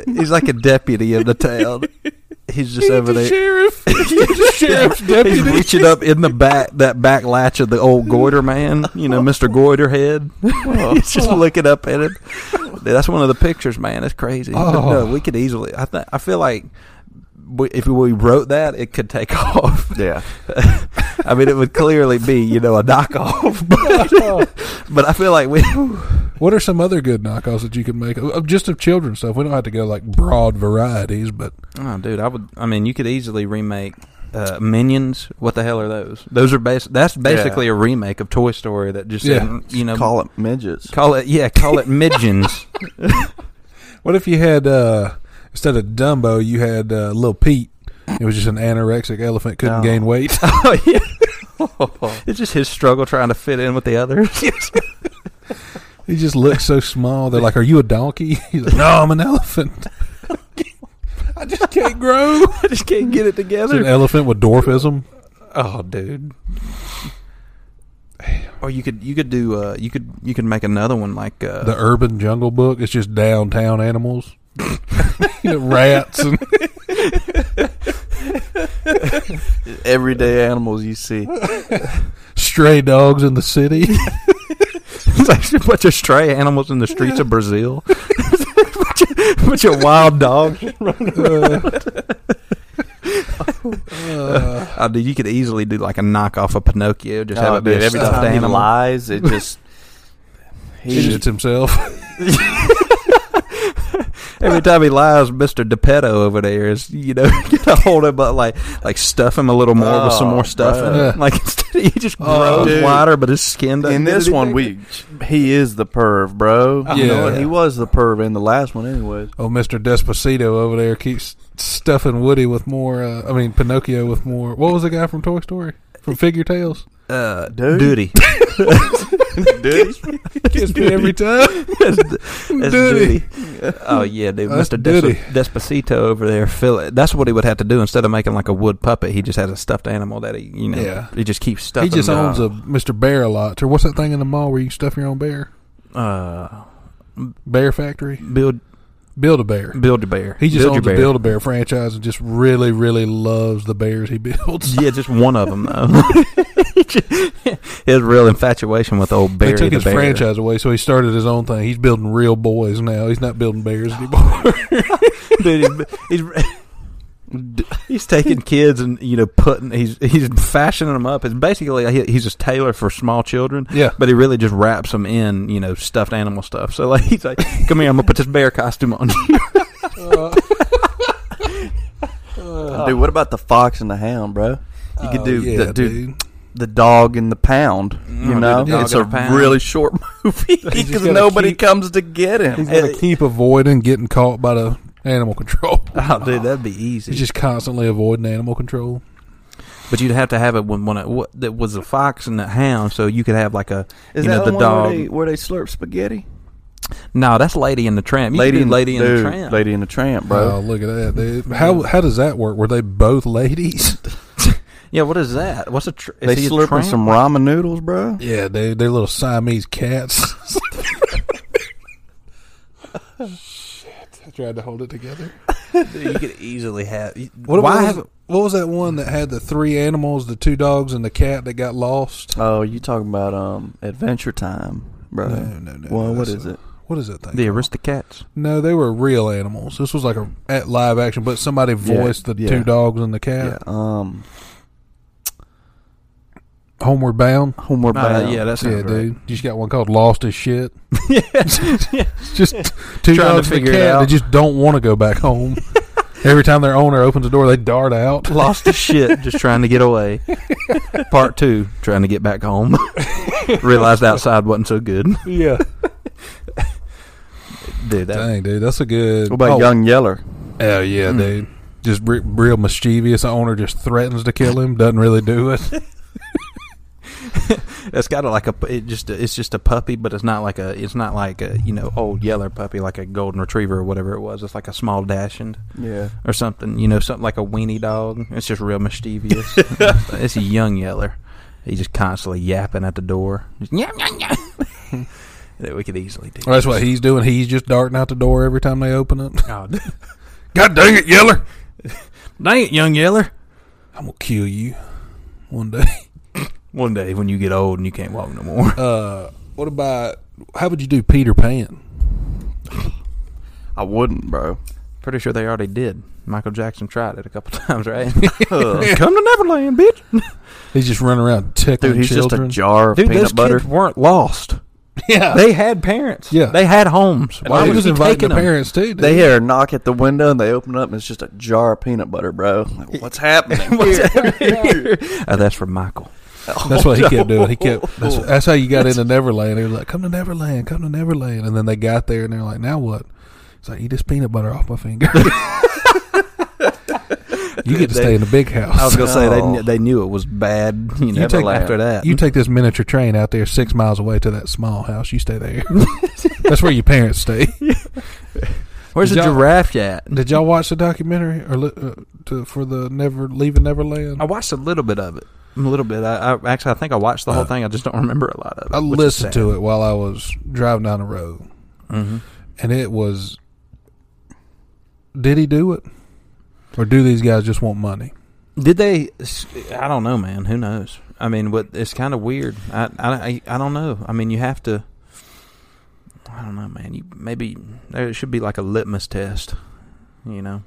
S1: he's like a deputy in the town. He's just over there.
S3: sheriff. sheriff's
S1: He's reaching up in the back that back latch of the old goiter man, you know, Mister Goiter Head. He's just looking up at it. Dude, that's one of the pictures, man. It's crazy. But
S3: Oh.
S1: no, we could easily. I th- I feel like we, if we wrote that, it could take off.
S2: Yeah.
S1: I mean, it would clearly be you know a knockoff, but, but I feel like we
S3: What are some other good knockoffs that you could make? Uh, Just of children's stuff. We don't have to go like broad varieties, but
S1: Oh, dude, I would. I mean, you could easily remake uh, Minions. What the hell are those? Those are bas- That's basically a remake of Toy Story that just
S3: Yeah.
S1: didn't, you know
S2: Call it midgets.
S1: call it yeah call it Midgens.
S3: what if you had uh, instead of Dumbo, you had uh, Little Pete? It was just an anorexic elephant couldn't
S2: No.
S3: gain weight.
S1: oh yeah. It's just his struggle trying to fit in with the others.
S3: he just looked so small. They're like, "Are you a donkey?" He's like, "No, I'm an elephant." I just can't grow.
S1: I just can't get it
S3: It's an
S1: together.
S3: elephant with dwarfism.
S1: Oh, dude. Or you could you could do uh, you could you could make another one like uh,
S3: The Urban Jungle Book. It's just downtown animals, You know, rats, and
S2: Everyday animals you see.
S3: stray dogs in the city.
S1: It's like a bunch of stray animals in the streets of Brazil. bunch, of, bunch of wild dogs.
S3: Uh,
S1: Oh, dude, you could easily do like a knockoff of Pinocchio. Just have it be a
S2: Oh, every
S1: stuffed
S2: time he
S1: animal.
S2: lies, it just
S3: he
S2: he
S3: shits himself.
S1: Every time he lies, Mister DePeto over there is you know get a hold of but like like stuff him a little more with some
S2: Oh,
S1: more stuff. In
S3: bruh.
S1: it. Like he just
S2: Oh,
S1: grows
S2: dude.
S1: wider, but his skin. Doesn't
S2: in
S1: get
S2: this one
S1: anything.
S2: we he is the perv, bro.
S3: I
S2: You
S3: know
S2: know
S3: it.
S2: it. He was the perv in the last one anyways.
S3: Oh, Mr. Despacito over there keeps stuffing Woody with more. Uh, I mean, Pinocchio with more. What was the guy from Toy Story? From Figure Tales?
S1: uh,
S2: Dude.
S1: duty.
S2: Dude.
S3: Gets me every time.
S1: That's, that's
S3: Duty.
S1: duty. Oh yeah, dude,
S3: That's
S1: Mister
S3: duty.
S1: Des- Despacito over there. Fill it. That's what he would have to do instead of making like a wood puppet. He just has a stuffed animal that he, you know,
S3: Yeah.
S1: he just keeps
S3: He
S1: stuffing.
S3: just
S1: them.
S3: owns a Mr. Bear a lot. Or what's that thing in the mall where you stuff your own bear?
S1: uh,
S3: Bear Factory?
S1: build
S3: Build a Bear.
S1: build a bear.
S3: He just
S1: build
S3: owns
S1: your
S3: the
S1: bear.
S3: Build a Bear franchise and just really, really loves the bears he builds.
S1: Yeah, just one of them though. his real infatuation with old Barry
S3: they took
S1: the
S3: his
S1: bear.
S3: franchise away, so he started his own thing. He's building real boys now. He's not building bears anymore.
S1: Dude, he's, he's he's taking kids and you know putting he's he's fashioning them up. It's basically he, he's just tailor for small children.
S3: yeah.
S1: But he really just wraps them in, you know, stuffed animal stuff. So like he's like, "Come here, I'm gonna put this bear costume on." you."
S2: Dude, what about the fox and the hound, bro? You could do
S3: Oh, yeah,
S2: the, dude, the dog and Mm, the pound. You
S1: Oh,
S2: know,
S1: dude, the dog
S2: it's
S1: and
S2: a
S1: the pound.
S2: really short movie
S3: just
S2: because
S3: gotta
S2: nobody
S3: keep-
S2: comes to get him.
S3: He's going to keep avoiding getting caught by the animal control.
S1: oh, dude, that'd be
S3: He's
S1: easy.
S3: just constantly avoiding animal control.
S1: but you'd have to have it when one of, what that was a fox and a hound, so you could have like a
S2: Is
S1: you
S2: that
S1: know
S2: the,
S1: the,
S2: one
S1: dog.
S2: Where, they, where they slurp spaghetti?
S1: no, that's Lady in the Tramp. You could do Lady in the
S2: dude,
S1: Tramp.
S2: Lady in the Tramp, bro.
S3: Oh, look at that. dude. How how does that work? Were they both ladies?
S1: Yeah, what is that? What's a tr- is
S2: they
S1: he a
S2: slurping
S1: tramp?
S2: some ramen noodles, bro.
S3: yeah, they they're little Siamese cats. Shit. I tried to hold it together.
S1: Dude, you could easily have.
S3: What,
S1: why
S3: what,
S1: have?
S3: was, what was that one that had the three animals, the two dogs and the cat that got lost?
S2: Oh, you talking about um Adventure Time, bro?
S3: No, no, no.
S2: Well, what
S3: that's
S2: is
S3: a-
S2: it?
S3: What is that thing?
S1: The Aristocats.
S3: No, they were real animals. This was like a at live action, but somebody voiced the
S2: yeah.
S3: two dogs and the
S2: Yeah.
S3: cat.
S2: Um,
S3: Homeward Bound.
S2: Homeward Bound.
S1: yeah, that's
S3: Yeah,
S1: yeah, right.
S3: dude. You just got one called Lost as Shit.
S1: yeah.
S3: just
S1: Trying to
S3: two dogs and a
S1: figure it
S3: cat that
S1: out.
S3: just don't want to go back home. Every time their owner opens the door, they dart out.
S1: Lost his shit just trying to get away. Part two, trying to get back home. Realized outside wasn't so good.
S3: Yeah,
S1: Dude, that
S3: dang, dude, that's a good.
S2: What about
S3: oh,
S2: Young Yeller?
S3: Oh yeah,
S1: Mm.
S3: dude. Just re- real mischievous. The owner just threatens to kill him. Doesn't really do it.
S1: it's got a, like a it just it's just a puppy, but it's not like a it's not like a you know old yeller puppy like a golden retriever or whatever it was. It's like a small dachshund
S2: Yeah.
S1: or something. You know, something like a weenie dog. It's just real mischievous. it's a young yeller. He's just constantly yapping at the door. Just, yap, yap, yap. that we could easily do.
S3: Well, that's what he's doing. He's just darting out the door every time they open up.
S1: Oh,
S3: God dang it, Yeller!
S1: dang it, young yeller.
S3: I'm gonna kill you one day.
S1: One day when you get old and you can't walk no more.
S3: Uh, what about how would you do Peter Pan?
S2: I wouldn't, bro.
S1: Pretty sure they already did. Michael Jackson tried it a couple times, right? Come to Neverland, bitch.
S3: He's just running around tickling
S2: Dude, he's just
S3: children.
S2: a jar of
S1: Dude, those
S2: peanut butter.
S1: kids weren't lost.
S3: yeah.
S1: They had parents.
S3: Yeah.
S1: they had homes.
S3: Why
S1: Why
S3: he
S1: was
S3: was
S1: he
S3: inviting
S1: taking
S3: the
S1: them?
S3: parents too? Dude.
S2: They hear a knock at the window and they open up and it's just a jar of peanut butter, bro. Like, what's happening?
S1: Oh, that's from Michael.
S3: that's what he kept doing. He kept. That's, that's how you got into Neverland. They were like, "Come to Neverland, come to Neverland," and then they got there and they're like, "Now what?" It's like, "Eat this peanut butter off my finger." you get to stay in the big house.
S1: I was gonna say they
S2: Oh.
S1: kn- they knew it was bad. You know,
S3: take-
S1: after that,
S3: You take this miniature train out there six miles away to that small house. You stay there. That's where your parents stay.
S1: where's the
S3: Did y'all-
S1: giraffe at?
S3: Did y'all watch the documentary or li- uh, to, for the Never Leaving Neverland?
S1: I watched a little bit of it. A little bit. I, I actually, I think I watched the whole
S3: Uh,
S1: thing. I just don't remember a lot of it.
S3: I listened to it while I was driving down the road,
S1: Mm-hmm.
S3: and it was. Did he do it, or do these guys just want money?
S1: Did they? s- I don't know, man. Who knows? I mean, what it's kind of weird. I, I, I, I don't know. I mean, you have to. I don't know, man. You maybe there should be like a litmus test, you know,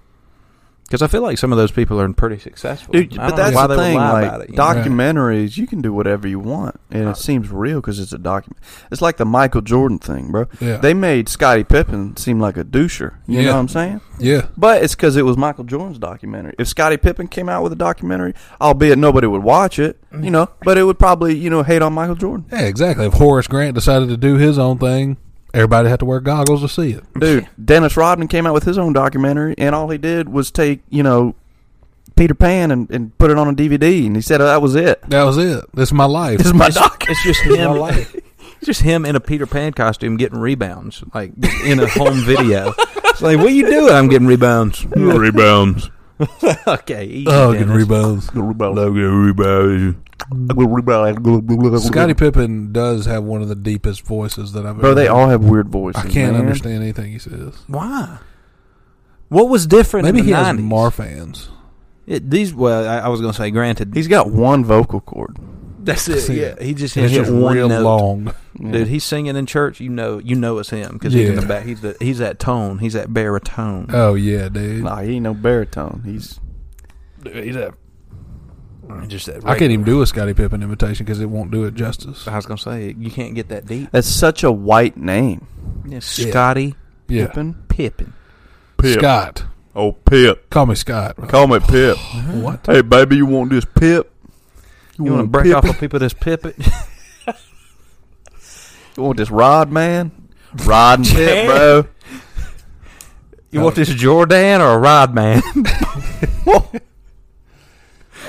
S1: because I feel like some of those people are pretty successful. I
S2: Dude, but
S1: don't know
S2: that's
S1: why they
S2: the
S1: would
S2: thing.
S1: lie
S2: Like
S1: about it, you know?
S2: documentaries, you can do whatever you want, and
S1: Uh,
S2: it seems real because it's a document. It's like the Michael Jordan thing, bro.
S3: Yeah,
S2: They made Scottie Pippen seem like a doucher. You
S3: Yeah.
S2: know what I'm saying?
S3: yeah.
S2: But it's because it was Michael Jordan's documentary. If Scottie Pippen came out with a documentary, albeit nobody would watch it, you know, but it would probably you know hate on Michael Jordan.
S3: Yeah, exactly. If Horace Grant decided to do his own thing, everybody had to wear goggles to see it.
S2: Dude, Dennis Rodman came out with his own documentary, and all he did was take you know Peter Pan and, and put it on a DVD, and he said that was it.
S3: That was it. This is my life.
S2: This is my doc.
S1: It's just him. it's just him in a Peter Pan costume getting rebounds, like in a home video. It's like, what are you doing? I'm getting rebounds.
S4: rebounds.
S1: okay. Easy,
S3: oh, good
S1: Dennis.
S3: rebounds. Scottie Pippen does have one of the deepest voices that I've
S2: Bro,
S3: ever
S2: they
S3: heard.
S2: all have weird voices.
S3: I can't
S2: man.
S3: understand anything he says.
S1: Why? What was different?
S3: Maybe
S1: in
S3: he
S1: the
S3: has
S1: 90s?
S3: more fans.
S1: It, these well, I, I was gonna say, granted,
S2: He's got one vocal cord.
S1: that's it.
S3: That's
S1: Yeah,
S3: it.
S1: he just
S3: It's
S1: hit
S3: just
S1: one
S3: real
S1: note.
S3: long.
S2: Yeah.
S1: Dude, he's singing in church. You know, you know it's him because he's in the
S3: Yeah.
S1: back. He's the he's that tone. He's that baritone.
S3: Oh yeah, dude.
S2: nah, he ain't no baritone. He's
S1: just that.
S3: I can't even do a Scottie Pippen imitation because it won't do it justice.
S1: I was gonna say you can't get that deep.
S2: that's such a white name.
S1: Yeah, Scotty
S3: Yeah,
S2: Pippen.
S1: Pippen.
S4: Pip.
S3: Scott.
S4: Oh, Pip.
S3: Call me Scott.
S4: Call me Pip.
S3: what?
S4: Hey, baby, you want this Pip?
S1: You want to
S4: wanna
S1: break
S4: pip
S1: off
S4: it?
S1: a people this pippet?
S2: You want this Rod man? Rod and Pip, bro.
S1: You want this Jordan or a rod man?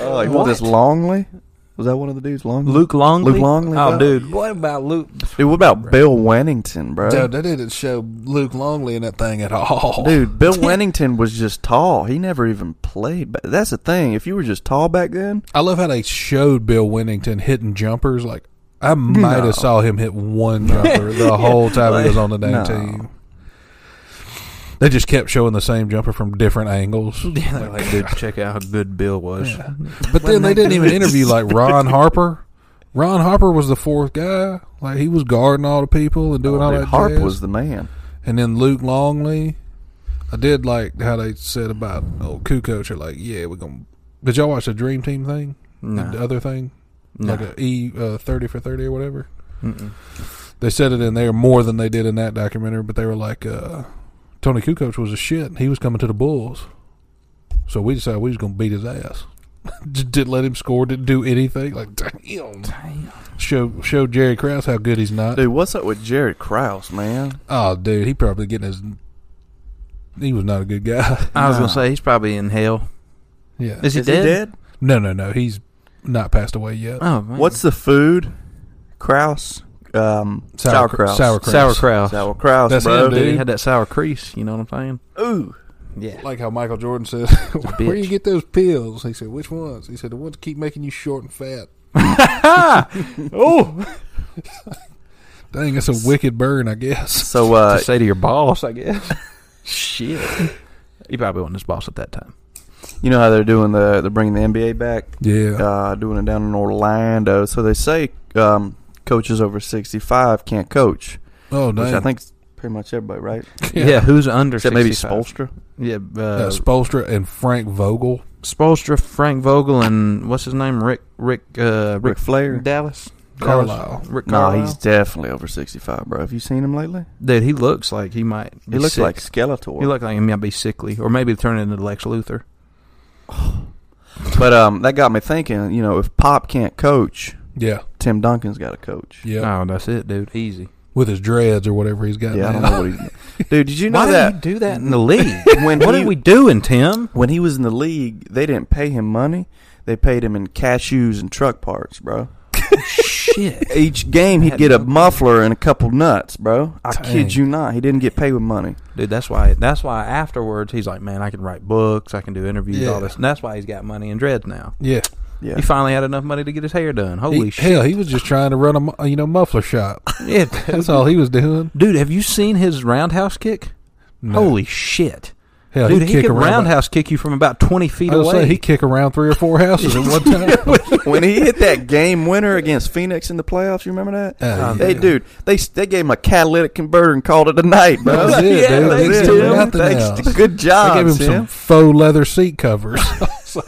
S2: Oh, you want this Longley? Was that one of the dudes? Longley.
S1: Luke Longley.
S2: Luke Longley,
S1: Oh,
S2: bro.
S1: dude, what about Luke?
S2: Dude, what about Bill Wennington, bro?
S3: Dude, that didn't show Luke Longley in that thing at all.
S2: Dude, Bill Wennington was just tall. He never even played. Ba- That's the thing. If you were just tall back then,
S3: I love how they showed Bill Winnington hitting jumpers. Like I might
S2: No.
S3: have saw him hit one jumper the whole time he was on the dang
S2: No.
S3: team. They just kept showing the same jumper from different angles.
S1: Yeah, like, dude, check out how good Bill was.
S3: Yeah. But then they didn't even interview like Ron Harper. Ron Harper was the fourth guy. Like he was guarding all the people and doing all
S2: Oh, dude,
S3: that.
S2: Harp
S3: jazz.
S2: was the man.
S3: and then Luke Longley. I did like how they said about old Ku coach. Are like, yeah, we're gonna. Did y'all watch the Dream Team thing?
S1: No,
S3: The other thing,
S1: no.
S3: like a E uh, thirty for thirty or whatever.
S1: Mm-mm.
S3: they said it in there more than they did in that documentary, but they were like, uh, Tony Kukoc was a shit. He was coming to the Bulls. So we decided we was going to beat his ass. Just didn't let him score, didn't do anything. Like, damn.
S1: Damn.
S3: Show, show Jerry Krause how good he's not.
S2: Dude, what's up with Jerry Krause, man?
S3: Oh, dude, he probably getting his. He was not a good guy.
S1: I was gonna
S2: Nah.
S1: say he's probably in hell.
S3: yeah.
S1: Is he, dead?
S3: No, no, no. He's not passed away yet.
S1: Oh, man.
S2: What's the food? Kraus. Um,
S3: Sauer-
S2: sauerkraut.
S3: sauerkraut.
S1: Sauerkraut.
S2: Sauerkraut,
S3: That's
S2: bro.
S3: him,
S1: Dude,
S3: dude.
S1: he had that sour crease. You know what I'm
S2: Ooh.
S1: saying? Yeah.
S3: Like how Michael Jordan says,
S1: bitch.
S3: "Where you get those pills?" He said, "Which ones?" He said, "The ones that keep making you short and fat."
S1: oh,
S3: Dang, that's a wicked burn, I guess.
S2: So uh,
S1: to say to your boss, I guess. Shit. He probably wasn't his boss at that time.
S2: you know how they're doing the they're bringing the NBA back,
S3: Yeah,
S2: uh, doing it down in Orlando. So they say um, coaches over sixty five can't coach,
S3: Oh,
S2: which
S3: dang.
S2: I think's pretty much everybody, right?
S1: Yeah, who's under?
S2: Except maybe
S1: 65?
S2: Spolstra.
S1: Yeah,
S3: Uh,
S1: uh,
S3: Spoelstra and Frank Vogel.
S1: Spolstra, Frank Vogel, and what's his name? Rick Rick uh, Rick,
S2: Rick Flair.
S1: Dallas
S3: Carlisle.
S1: Dallas? Rick
S2: No,
S1: Carlisle.
S2: he's definitely over sixty five, bro. Have you seen him lately?
S1: Dude, he looks like he might.
S2: He
S1: be
S2: looks
S1: sick.
S2: like Skeletor.
S1: he looked like he might be sickly, or maybe turn into Lex Luthor.
S2: but um, that got me thinking. You know, if Pop can't coach,
S3: Yeah,
S2: Tim Duncan's got to coach.
S3: yeah.
S1: Oh, that's it, dude. Easy.
S3: With his dreads or whatever he's got.
S2: Yeah, I don't
S3: now.
S2: know what he's. Dude, did you know
S1: Why
S2: that
S1: did you do that in the league?
S2: when
S1: what
S2: he,
S1: are we doing, Tim?
S2: when he was in the league, they didn't pay him money. They paid him in cashews and truck parts, bro.
S1: Shit.
S2: Each game, he'd
S1: Had
S2: get a
S1: no-
S2: muffler and a couple nuts, bro. I
S3: Dang.
S2: kid you not. He didn't get paid with money.
S1: Dude, that's why. That's why afterwards he's like, man, I can write books, I can do interviews,
S3: Yeah.
S1: all this. And that's why he's got money and dreads now.
S3: Yeah.
S2: Yeah.
S1: He finally had enough money to get his hair done. Holy
S3: He-
S1: shit!
S3: Hell, he was just trying to run a mu- you know muffler shop.
S1: Yeah, dude.
S3: That's all he was doing.
S1: dude, have you seen his roundhouse kick?
S3: No.
S1: Holy shit!
S3: hell,
S1: dude,
S3: he'd
S1: he could
S3: around like-
S1: roundhouse kick you from about twenty feet
S3: I was
S1: away.
S3: saying, he kick around three or four houses at one time.
S2: when he hit that game winner against Phoenix in the playoffs, you remember that?
S3: Uh,
S2: They,
S3: yeah.
S2: dude, they they gave him a catalytic converter and called it a night, bro.
S3: That was it,
S2: yeah,
S3: dude.
S2: that's
S3: They
S2: it,
S3: didn't
S2: Tim.
S3: do nothing
S2: Thanks
S3: else.
S2: to- good job,
S3: They gave him some
S2: Tim.
S3: faux leather seat covers.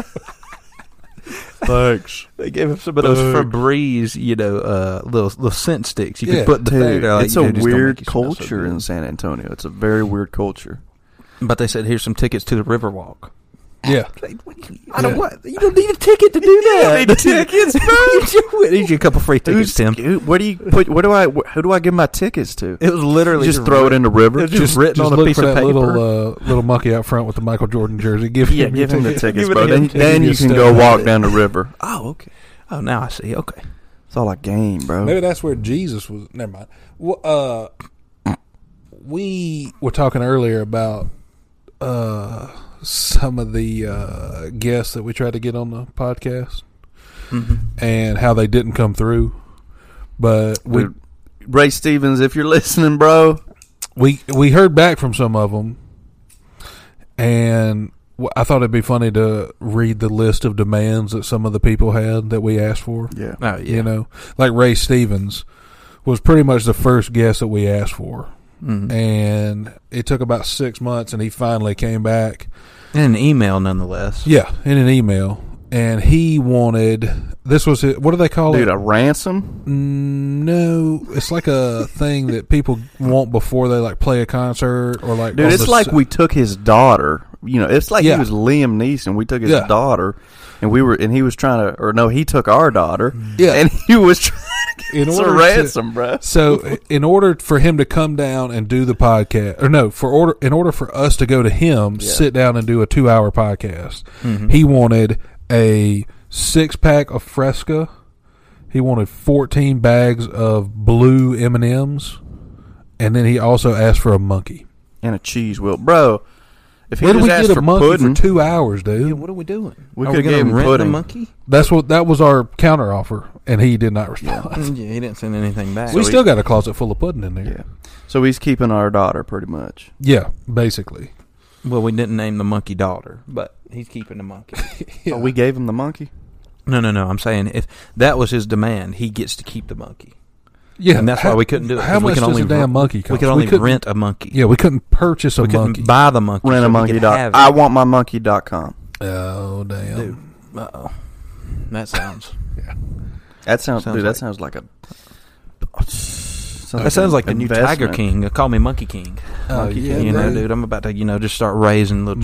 S4: Thanks.
S1: They gave him some of those
S4: Bugs.
S1: Febreze, you know, uh, little little scent sticks. You
S3: Yeah.
S1: could put in the
S2: Dude,
S1: thing. They're like,
S2: it's
S1: you know,
S2: a
S1: just don't
S2: weird
S1: make you smell so
S2: culture
S1: good.
S2: in San Antonio. It's a very weird culture.
S1: but they said, "Here's some tickets to the Riverwalk."
S3: yeah.
S1: Like, what do you- I don't
S3: Yeah.
S1: want. You don't need a ticket to do that.
S2: don't need tickets,
S1: bro. need you a couple free tickets, Tim.
S2: Who's- who- Where do you put? Where do I? wh- Who do I give my tickets to?
S1: It was literally
S2: just throw it in the river.
S1: Just written on a
S3: look
S1: piece
S3: for
S1: of
S3: that
S1: paper.
S3: little uh, little monkey out front with the Michael Jordan jersey. Give
S2: yeah,
S3: him,
S2: give
S3: your
S2: him the
S3: ticket.
S1: Give
S2: tickets,
S1: it
S2: bro.
S1: to
S2: Then,
S1: him.
S2: then
S3: Give
S2: you
S3: it uh,
S2: can
S3: to
S2: go
S3: him.
S2: walk down the river.
S1: Oh, okay. Oh, now I see. Okay.
S2: It's all a game, bro.
S3: Maybe that's where Jesus was. Never mind. Well, uh, we were talking earlier about uh, some of the uh, guests that we tried to get on the podcast
S2: Mm-hmm.
S1: Mm-hmm.
S3: and how they didn't come through. But we
S2: Dude, Ray Stevens, if you're listening, bro,
S3: we we heard back from some of them, and wh- I thought it'd be funny to read the list of demands that some of the people had that we asked for.
S2: yeah,
S1: Oh, yeah.
S3: You know, like Ray Stevens was pretty much the first guest that we asked for,
S1: Mhm.
S3: and it took about six months, and he finally came back.
S1: In an email, nonetheless.
S3: Yeah, in an email, and he wanted this was it. What do they call
S2: dude,
S3: it?
S2: a ransom.
S3: Mm, No, it's like a thing that people want before they like play a concert or like.
S2: Dude,
S3: on
S2: it's
S3: the
S2: like
S3: s-
S2: we took his daughter. You know, it's like
S3: Yeah.
S2: he was Liam Neeson. We took his
S3: Yeah.
S2: daughter, and we were, and he was trying to, or no, he took our daughter,
S3: Yeah.
S2: and he was trying
S3: in
S2: to
S3: order
S2: ransom, bro.
S3: so in order for him to come down and do the podcast or no for order in order for us to go to him
S2: Yeah.
S3: sit down and do a two hour podcast
S1: Mm-hmm.
S3: he wanted a six pack of fresca he wanted 14 bags of blue m&ms and then he also asked for a monkey
S2: And a cheese wheel, bro. If he
S3: where do
S2: just
S3: we
S2: asked
S3: get a
S2: for
S3: monkey
S2: pudding,
S3: for two hours
S1: Yeah,
S3: dude
S1: What are we doing?
S2: We
S1: Are
S2: could've
S1: gonna
S2: gave him
S1: Oh, rent
S2: pudding.
S1: a monkey.
S3: that's what that was our counter offer and he did not respond
S1: Mm, yeah, he didn't send anything back.
S3: we
S2: So he-
S3: still got a closet full of pudding in there
S2: yeah. So he's keeping our daughter, pretty much.
S3: yeah basically
S1: well, we didn't name the monkey daughter, but he's keeping the monkey.
S2: Oh, we gave him the monkey.
S1: no, no, no. I'm saying if that was his demand, he gets to keep the monkey.
S3: Yeah,
S1: And that's why we couldn't do it,
S3: How
S1: 'cause we
S3: much
S1: can
S3: does
S1: only
S3: a damn
S1: rent-
S3: monkey cost?
S1: we could only
S3: couldn't-
S1: rent a monkey.
S3: Yeah, we couldn't purchase a
S1: we couldn't
S3: monkey.
S1: buy the monkey.
S2: Rent a
S1: so
S2: monkey.
S1: We could
S2: Dot,
S1: have it.
S2: I want my monkey. Dot com.
S3: oh damn!
S1: Dude. Uh-oh. That sounds.
S2: That
S1: Sounds
S2: sounds, dude.
S1: like-
S2: that sounds like a. Sounds
S1: That sounds
S2: an
S1: like the new Tiger
S2: investment.
S1: King. Uh, Call me Monkey King.
S3: Oh,
S2: Monkey
S3: yeah,
S2: King,
S1: you know,
S3: bro.
S1: dude, I'm about to, you know, just start raising little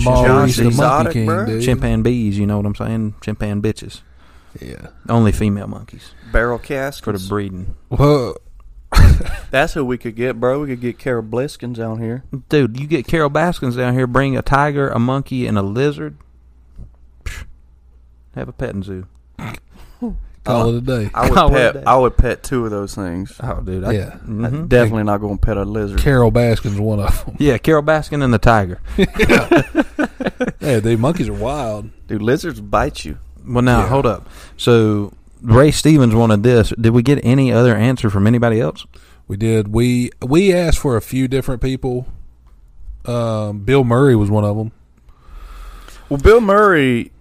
S2: John's
S3: Maurice the
S1: chimpanzees.
S2: exotic,
S3: Monkey King,
S2: bro.
S3: dude.
S1: Chimpanzees, you know what I'm saying? Chimpan bitches.
S3: Yeah.
S1: Only female monkeys
S2: Barrel cask
S1: for the breeding.
S3: Well,
S2: That's who we could get, bro. We could get Carol Bliskins down here.
S1: Dude, you get Carol Baskins down here, bring a tiger, a monkey, and a lizard. Psh, Have a petting zoo.
S3: Call it a day.
S2: I
S1: Call
S2: would
S1: it a
S2: pet.
S1: day.
S2: I would pet two of those things.
S1: Oh, dude. I,
S3: Yeah.
S2: I'm
S1: Mhm.
S2: definitely not going to pet a lizard.
S3: Carol Baskin's one of them.
S1: Yeah, Carol Baskin and the tiger.
S3: Yeah, the monkeys are wild.
S2: Dude, lizards bite you.
S1: Well, now
S3: Yeah.
S1: hold up. So Ray Stevens wanted this. Did we get any other answer from anybody else?
S3: We did. We we asked for a few different people. Um, Bill Murray was one of them.
S2: Well, Bill Murray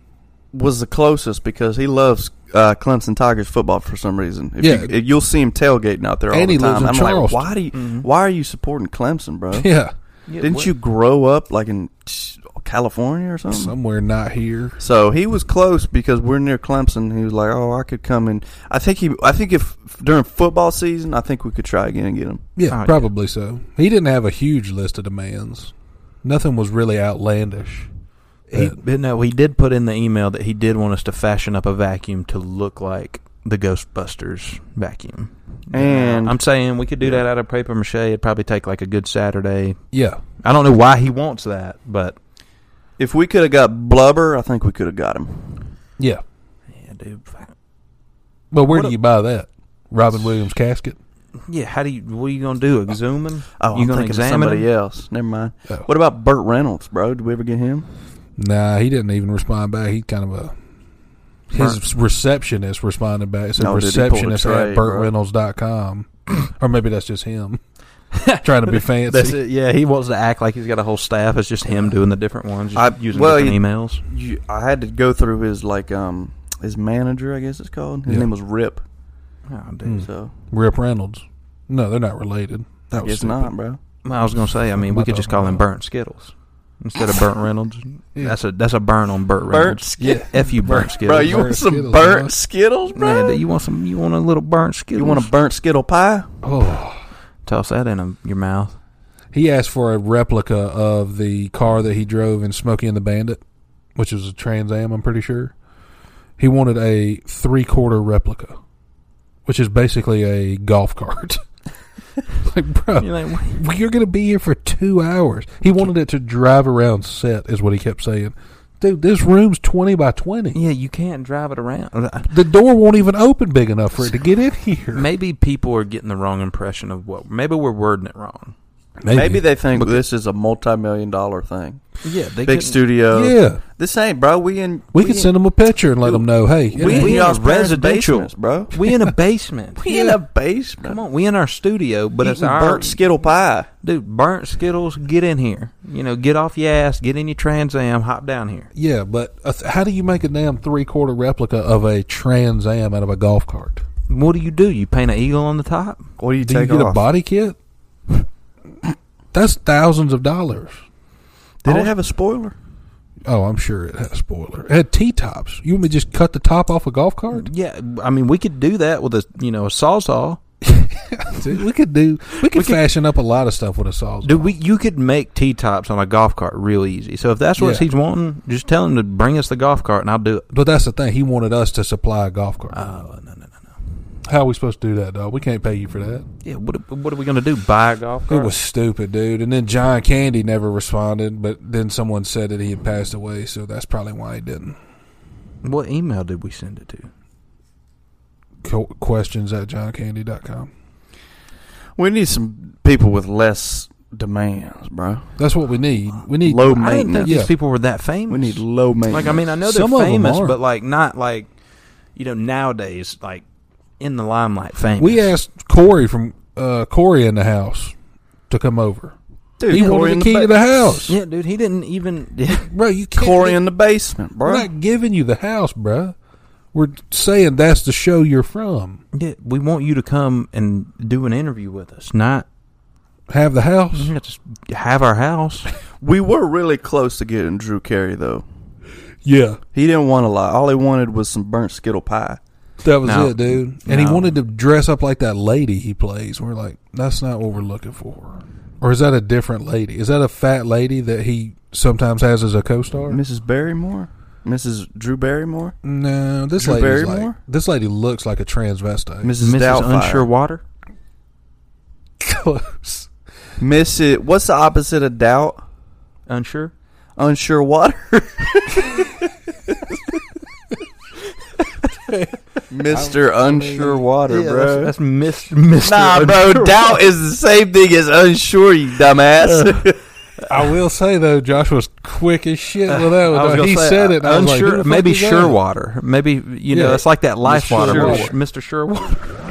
S2: was the closest because he loves uh, Clemson Tigers football for some reason. If
S3: Yeah.
S2: you, if you'll see him tailgating out there all
S3: And
S2: the
S3: he lives
S2: time.
S3: in
S2: I'm like,
S3: Charleston.
S2: why do you,
S1: Mhm.
S2: why are you supporting Clemson, bro?
S3: Yeah,
S2: Didn't you grow up like in California or something?
S3: somewhere not here.
S2: So he was close because we're near Clemson. He was like, "Oh, I could come and I think he. I think if during football season, I think we could try again and get him.
S3: Yeah,
S1: Oh,
S3: probably so. He didn't have a huge list of demands. Nothing was really outlandish.
S1: He, no, he did put in the email that he did want us to fashion up a vacuum to look like the Ghostbusters vacuum.
S2: And
S1: I'm saying we could do that out of paper mache. It'd probably take like a good Saturday.
S3: Yeah,
S1: I don't know why he wants that, but
S2: if we could have got Blubber, I think we could have got him.
S3: yeah.
S1: yeah, dude.
S3: But where
S2: What
S3: do
S2: a-
S3: you buy that? Robin Williams casket.
S1: Yeah, how do you? What are you gonna do? Exhume him?
S2: Oh,
S1: you gonna
S2: I'm thinking of
S1: examine
S2: somebody
S1: him?
S2: else. Never mind.
S3: Oh.
S2: What about Burt Reynolds, bro? Did we ever get him?
S3: Nah, he didn't even respond back. He kind of a his receptionist responded back. It said
S2: No, did he pull a
S3: receptionist at
S2: trade, bro?
S3: burtreynolds.com. or maybe that's just him trying to be fancy.
S1: That's it. Yeah, he wants to act like he's got a whole staff. It's just him doing the different ones, just
S2: I-
S1: using
S2: well,
S1: different
S2: you-
S1: emails.
S2: You, I had to go through his like um his manager, I guess it's called. His
S3: Yeah.
S2: name was Rip.
S1: Oh, dude.
S3: Hmm.
S2: So
S3: Rip Reynolds. No, they're not related. That was
S2: it's
S3: stupid.
S2: not, bro.
S1: Well, I was gonna say, I mean, we could just call him Burnt Skittles instead of Burnt Reynolds.
S3: Yeah.
S1: That's a that's a burn on Burt
S2: Burnt
S1: Reynolds.
S2: Skittles,
S1: F you, Burnt
S2: bro.
S1: Skittles.
S2: You want
S3: Burnt
S2: some
S3: Skittles,
S2: burnt
S3: bro.
S2: Skittles,
S1: Man,
S2: bro?
S1: dude, you want some? You want a little Burnt Skittles?
S2: you want a burnt Skittle pie?
S3: Oh.
S1: toss that in a, your mouth?
S3: He asked for a replica of the car that he drove in Smokey and the Bandit, which was a Trans Am, I'm pretty sure. He wanted a three quarter replica, which is basically a golf cart. like,
S2: Oh.
S3: bro,
S1: You're like,
S3: you're going to be here for two hours. He wanted it to drive around set, is what he kept saying. Dude, this room's 20 by 20.
S1: Yeah, you can't drive it around.
S3: The door won't even open big enough for it to get in here.
S1: Maybe people are getting the wrong impression of what. Maybe we're wording it wrong.
S2: Maybe, they think this is a multi-million dollar thing.
S1: Yeah, they
S2: Big studio.
S3: Yeah.
S2: This ain't, bro. uh, We in
S3: We could send them a picture and let them know, hey,
S2: we,
S1: we
S2: in
S1: in
S2: y'all's
S1: a
S2: parents'
S1: residential.
S2: basements, bro.
S1: We in a basement.
S2: We in a basement.
S1: Come on, we in our studio, but it's
S2: Eating
S1: our
S2: burnt skittle pie.
S1: dude. Burnt Skittles, get in here. You know, get off your ass, get in your Trans Am, hop down here.
S3: Yeah, but a th- how do you make a damn three quarter replica of a Trans Am out of a golf cart?
S1: What do you do? You paint an eagle on the top?
S2: What do you
S3: Do you get a body kit? That's thousands of dollars.
S2: Did it have a spoiler?
S3: Oh, I'm sure it had a spoiler. It had T tops. You want me to just cut the top off a golf cart?
S1: Yeah, I mean, we could do that with a you know a sawzall.
S3: Dude, we could do. We could fashion up a lot of stuff with a sawzall.
S1: Dude, we you could make t tops on a golf cart real easy. So if that's what
S3: Yeah.
S1: he's wanting, just tell him to bring us the golf cart, and I'll do it.
S3: But that's the thing. He wanted us to supply a golf cart.
S1: Oh no no no!
S3: How are we supposed to do that, dog? We can't pay you for that.
S1: Yeah, what what are we gonna do? Buy a golf
S3: It
S1: cart?
S3: was stupid, dude. And then John Candy never responded, but then someone said that he had passed away, so that's probably why he didn't.
S1: what email did we send it to?
S3: Co- questions at johncandy.com.
S2: We need some people with less demands, bro.
S3: That's what we need. We need
S2: Low
S1: I didn't think
S2: maintenance.
S3: Yeah.
S1: these people were that famous.
S2: We need low maintenance.
S1: Like I mean, I know they're
S3: Some of 'em
S1: famous,
S3: are.
S1: but like not like you know nowadays like in the limelight famous.
S3: We asked Corey from uh, Corey in the house to come over.
S2: Dude,
S3: he
S2: Corey
S3: wanted
S2: in
S3: the key
S2: ba-
S3: to the house,
S1: yeah, dude, he didn't even.
S3: bro. You can't.
S2: Corey in the basement,
S3: we're
S2: bro.
S3: not giving you the house, bro. We're saying that's the show you're from.
S1: Yeah, we want you to come and do an interview with us, not
S3: Have the house.
S2: Mm-hmm.
S1: you have to have our house.
S2: we were really close to getting Drew Carey though.
S3: Yeah,
S2: He didn't want a lot. All he wanted was some burnt skittle pie.
S3: that was
S1: No.
S3: it, dude. And he
S1: No.
S3: wanted to dress up like that lady he plays. We're like, that's not what we're looking for. Or is that a different lady? Is that a fat lady that he sometimes has as a co-star?
S2: Mrs. Barrymore, Mrs. Drew Barrymore,
S3: No, this
S2: Drew
S3: lady. Like,
S2: Barrymore?
S3: this lady looks like a transvestite.
S2: Mrs.
S1: Mrs.
S2: Doubtfire.
S1: Unsure Water.
S3: Close.
S2: Miss it. What's the opposite of doubt?
S1: Unsure.
S2: Unsure water. Mister Unsure Water,
S1: Yeah,
S2: bro.
S1: That's, that's Mr. Mr.
S2: nah, bro.
S1: Unsure.
S2: Doubt is the same thing as unsure, you dumbass.
S3: I will say though, Josh was quick as shit with that.
S1: I was
S3: one.
S1: gonna
S3: he
S1: say, uh,
S3: said it. and I was like,
S1: unsure,
S3: who the fuck
S1: maybe
S3: is that?
S1: sure water. Maybe you
S3: Yeah.
S1: know, it's like that life
S3: Mr.
S1: water,
S3: Sure
S1: but
S3: Water.
S1: Mr. Sure Water.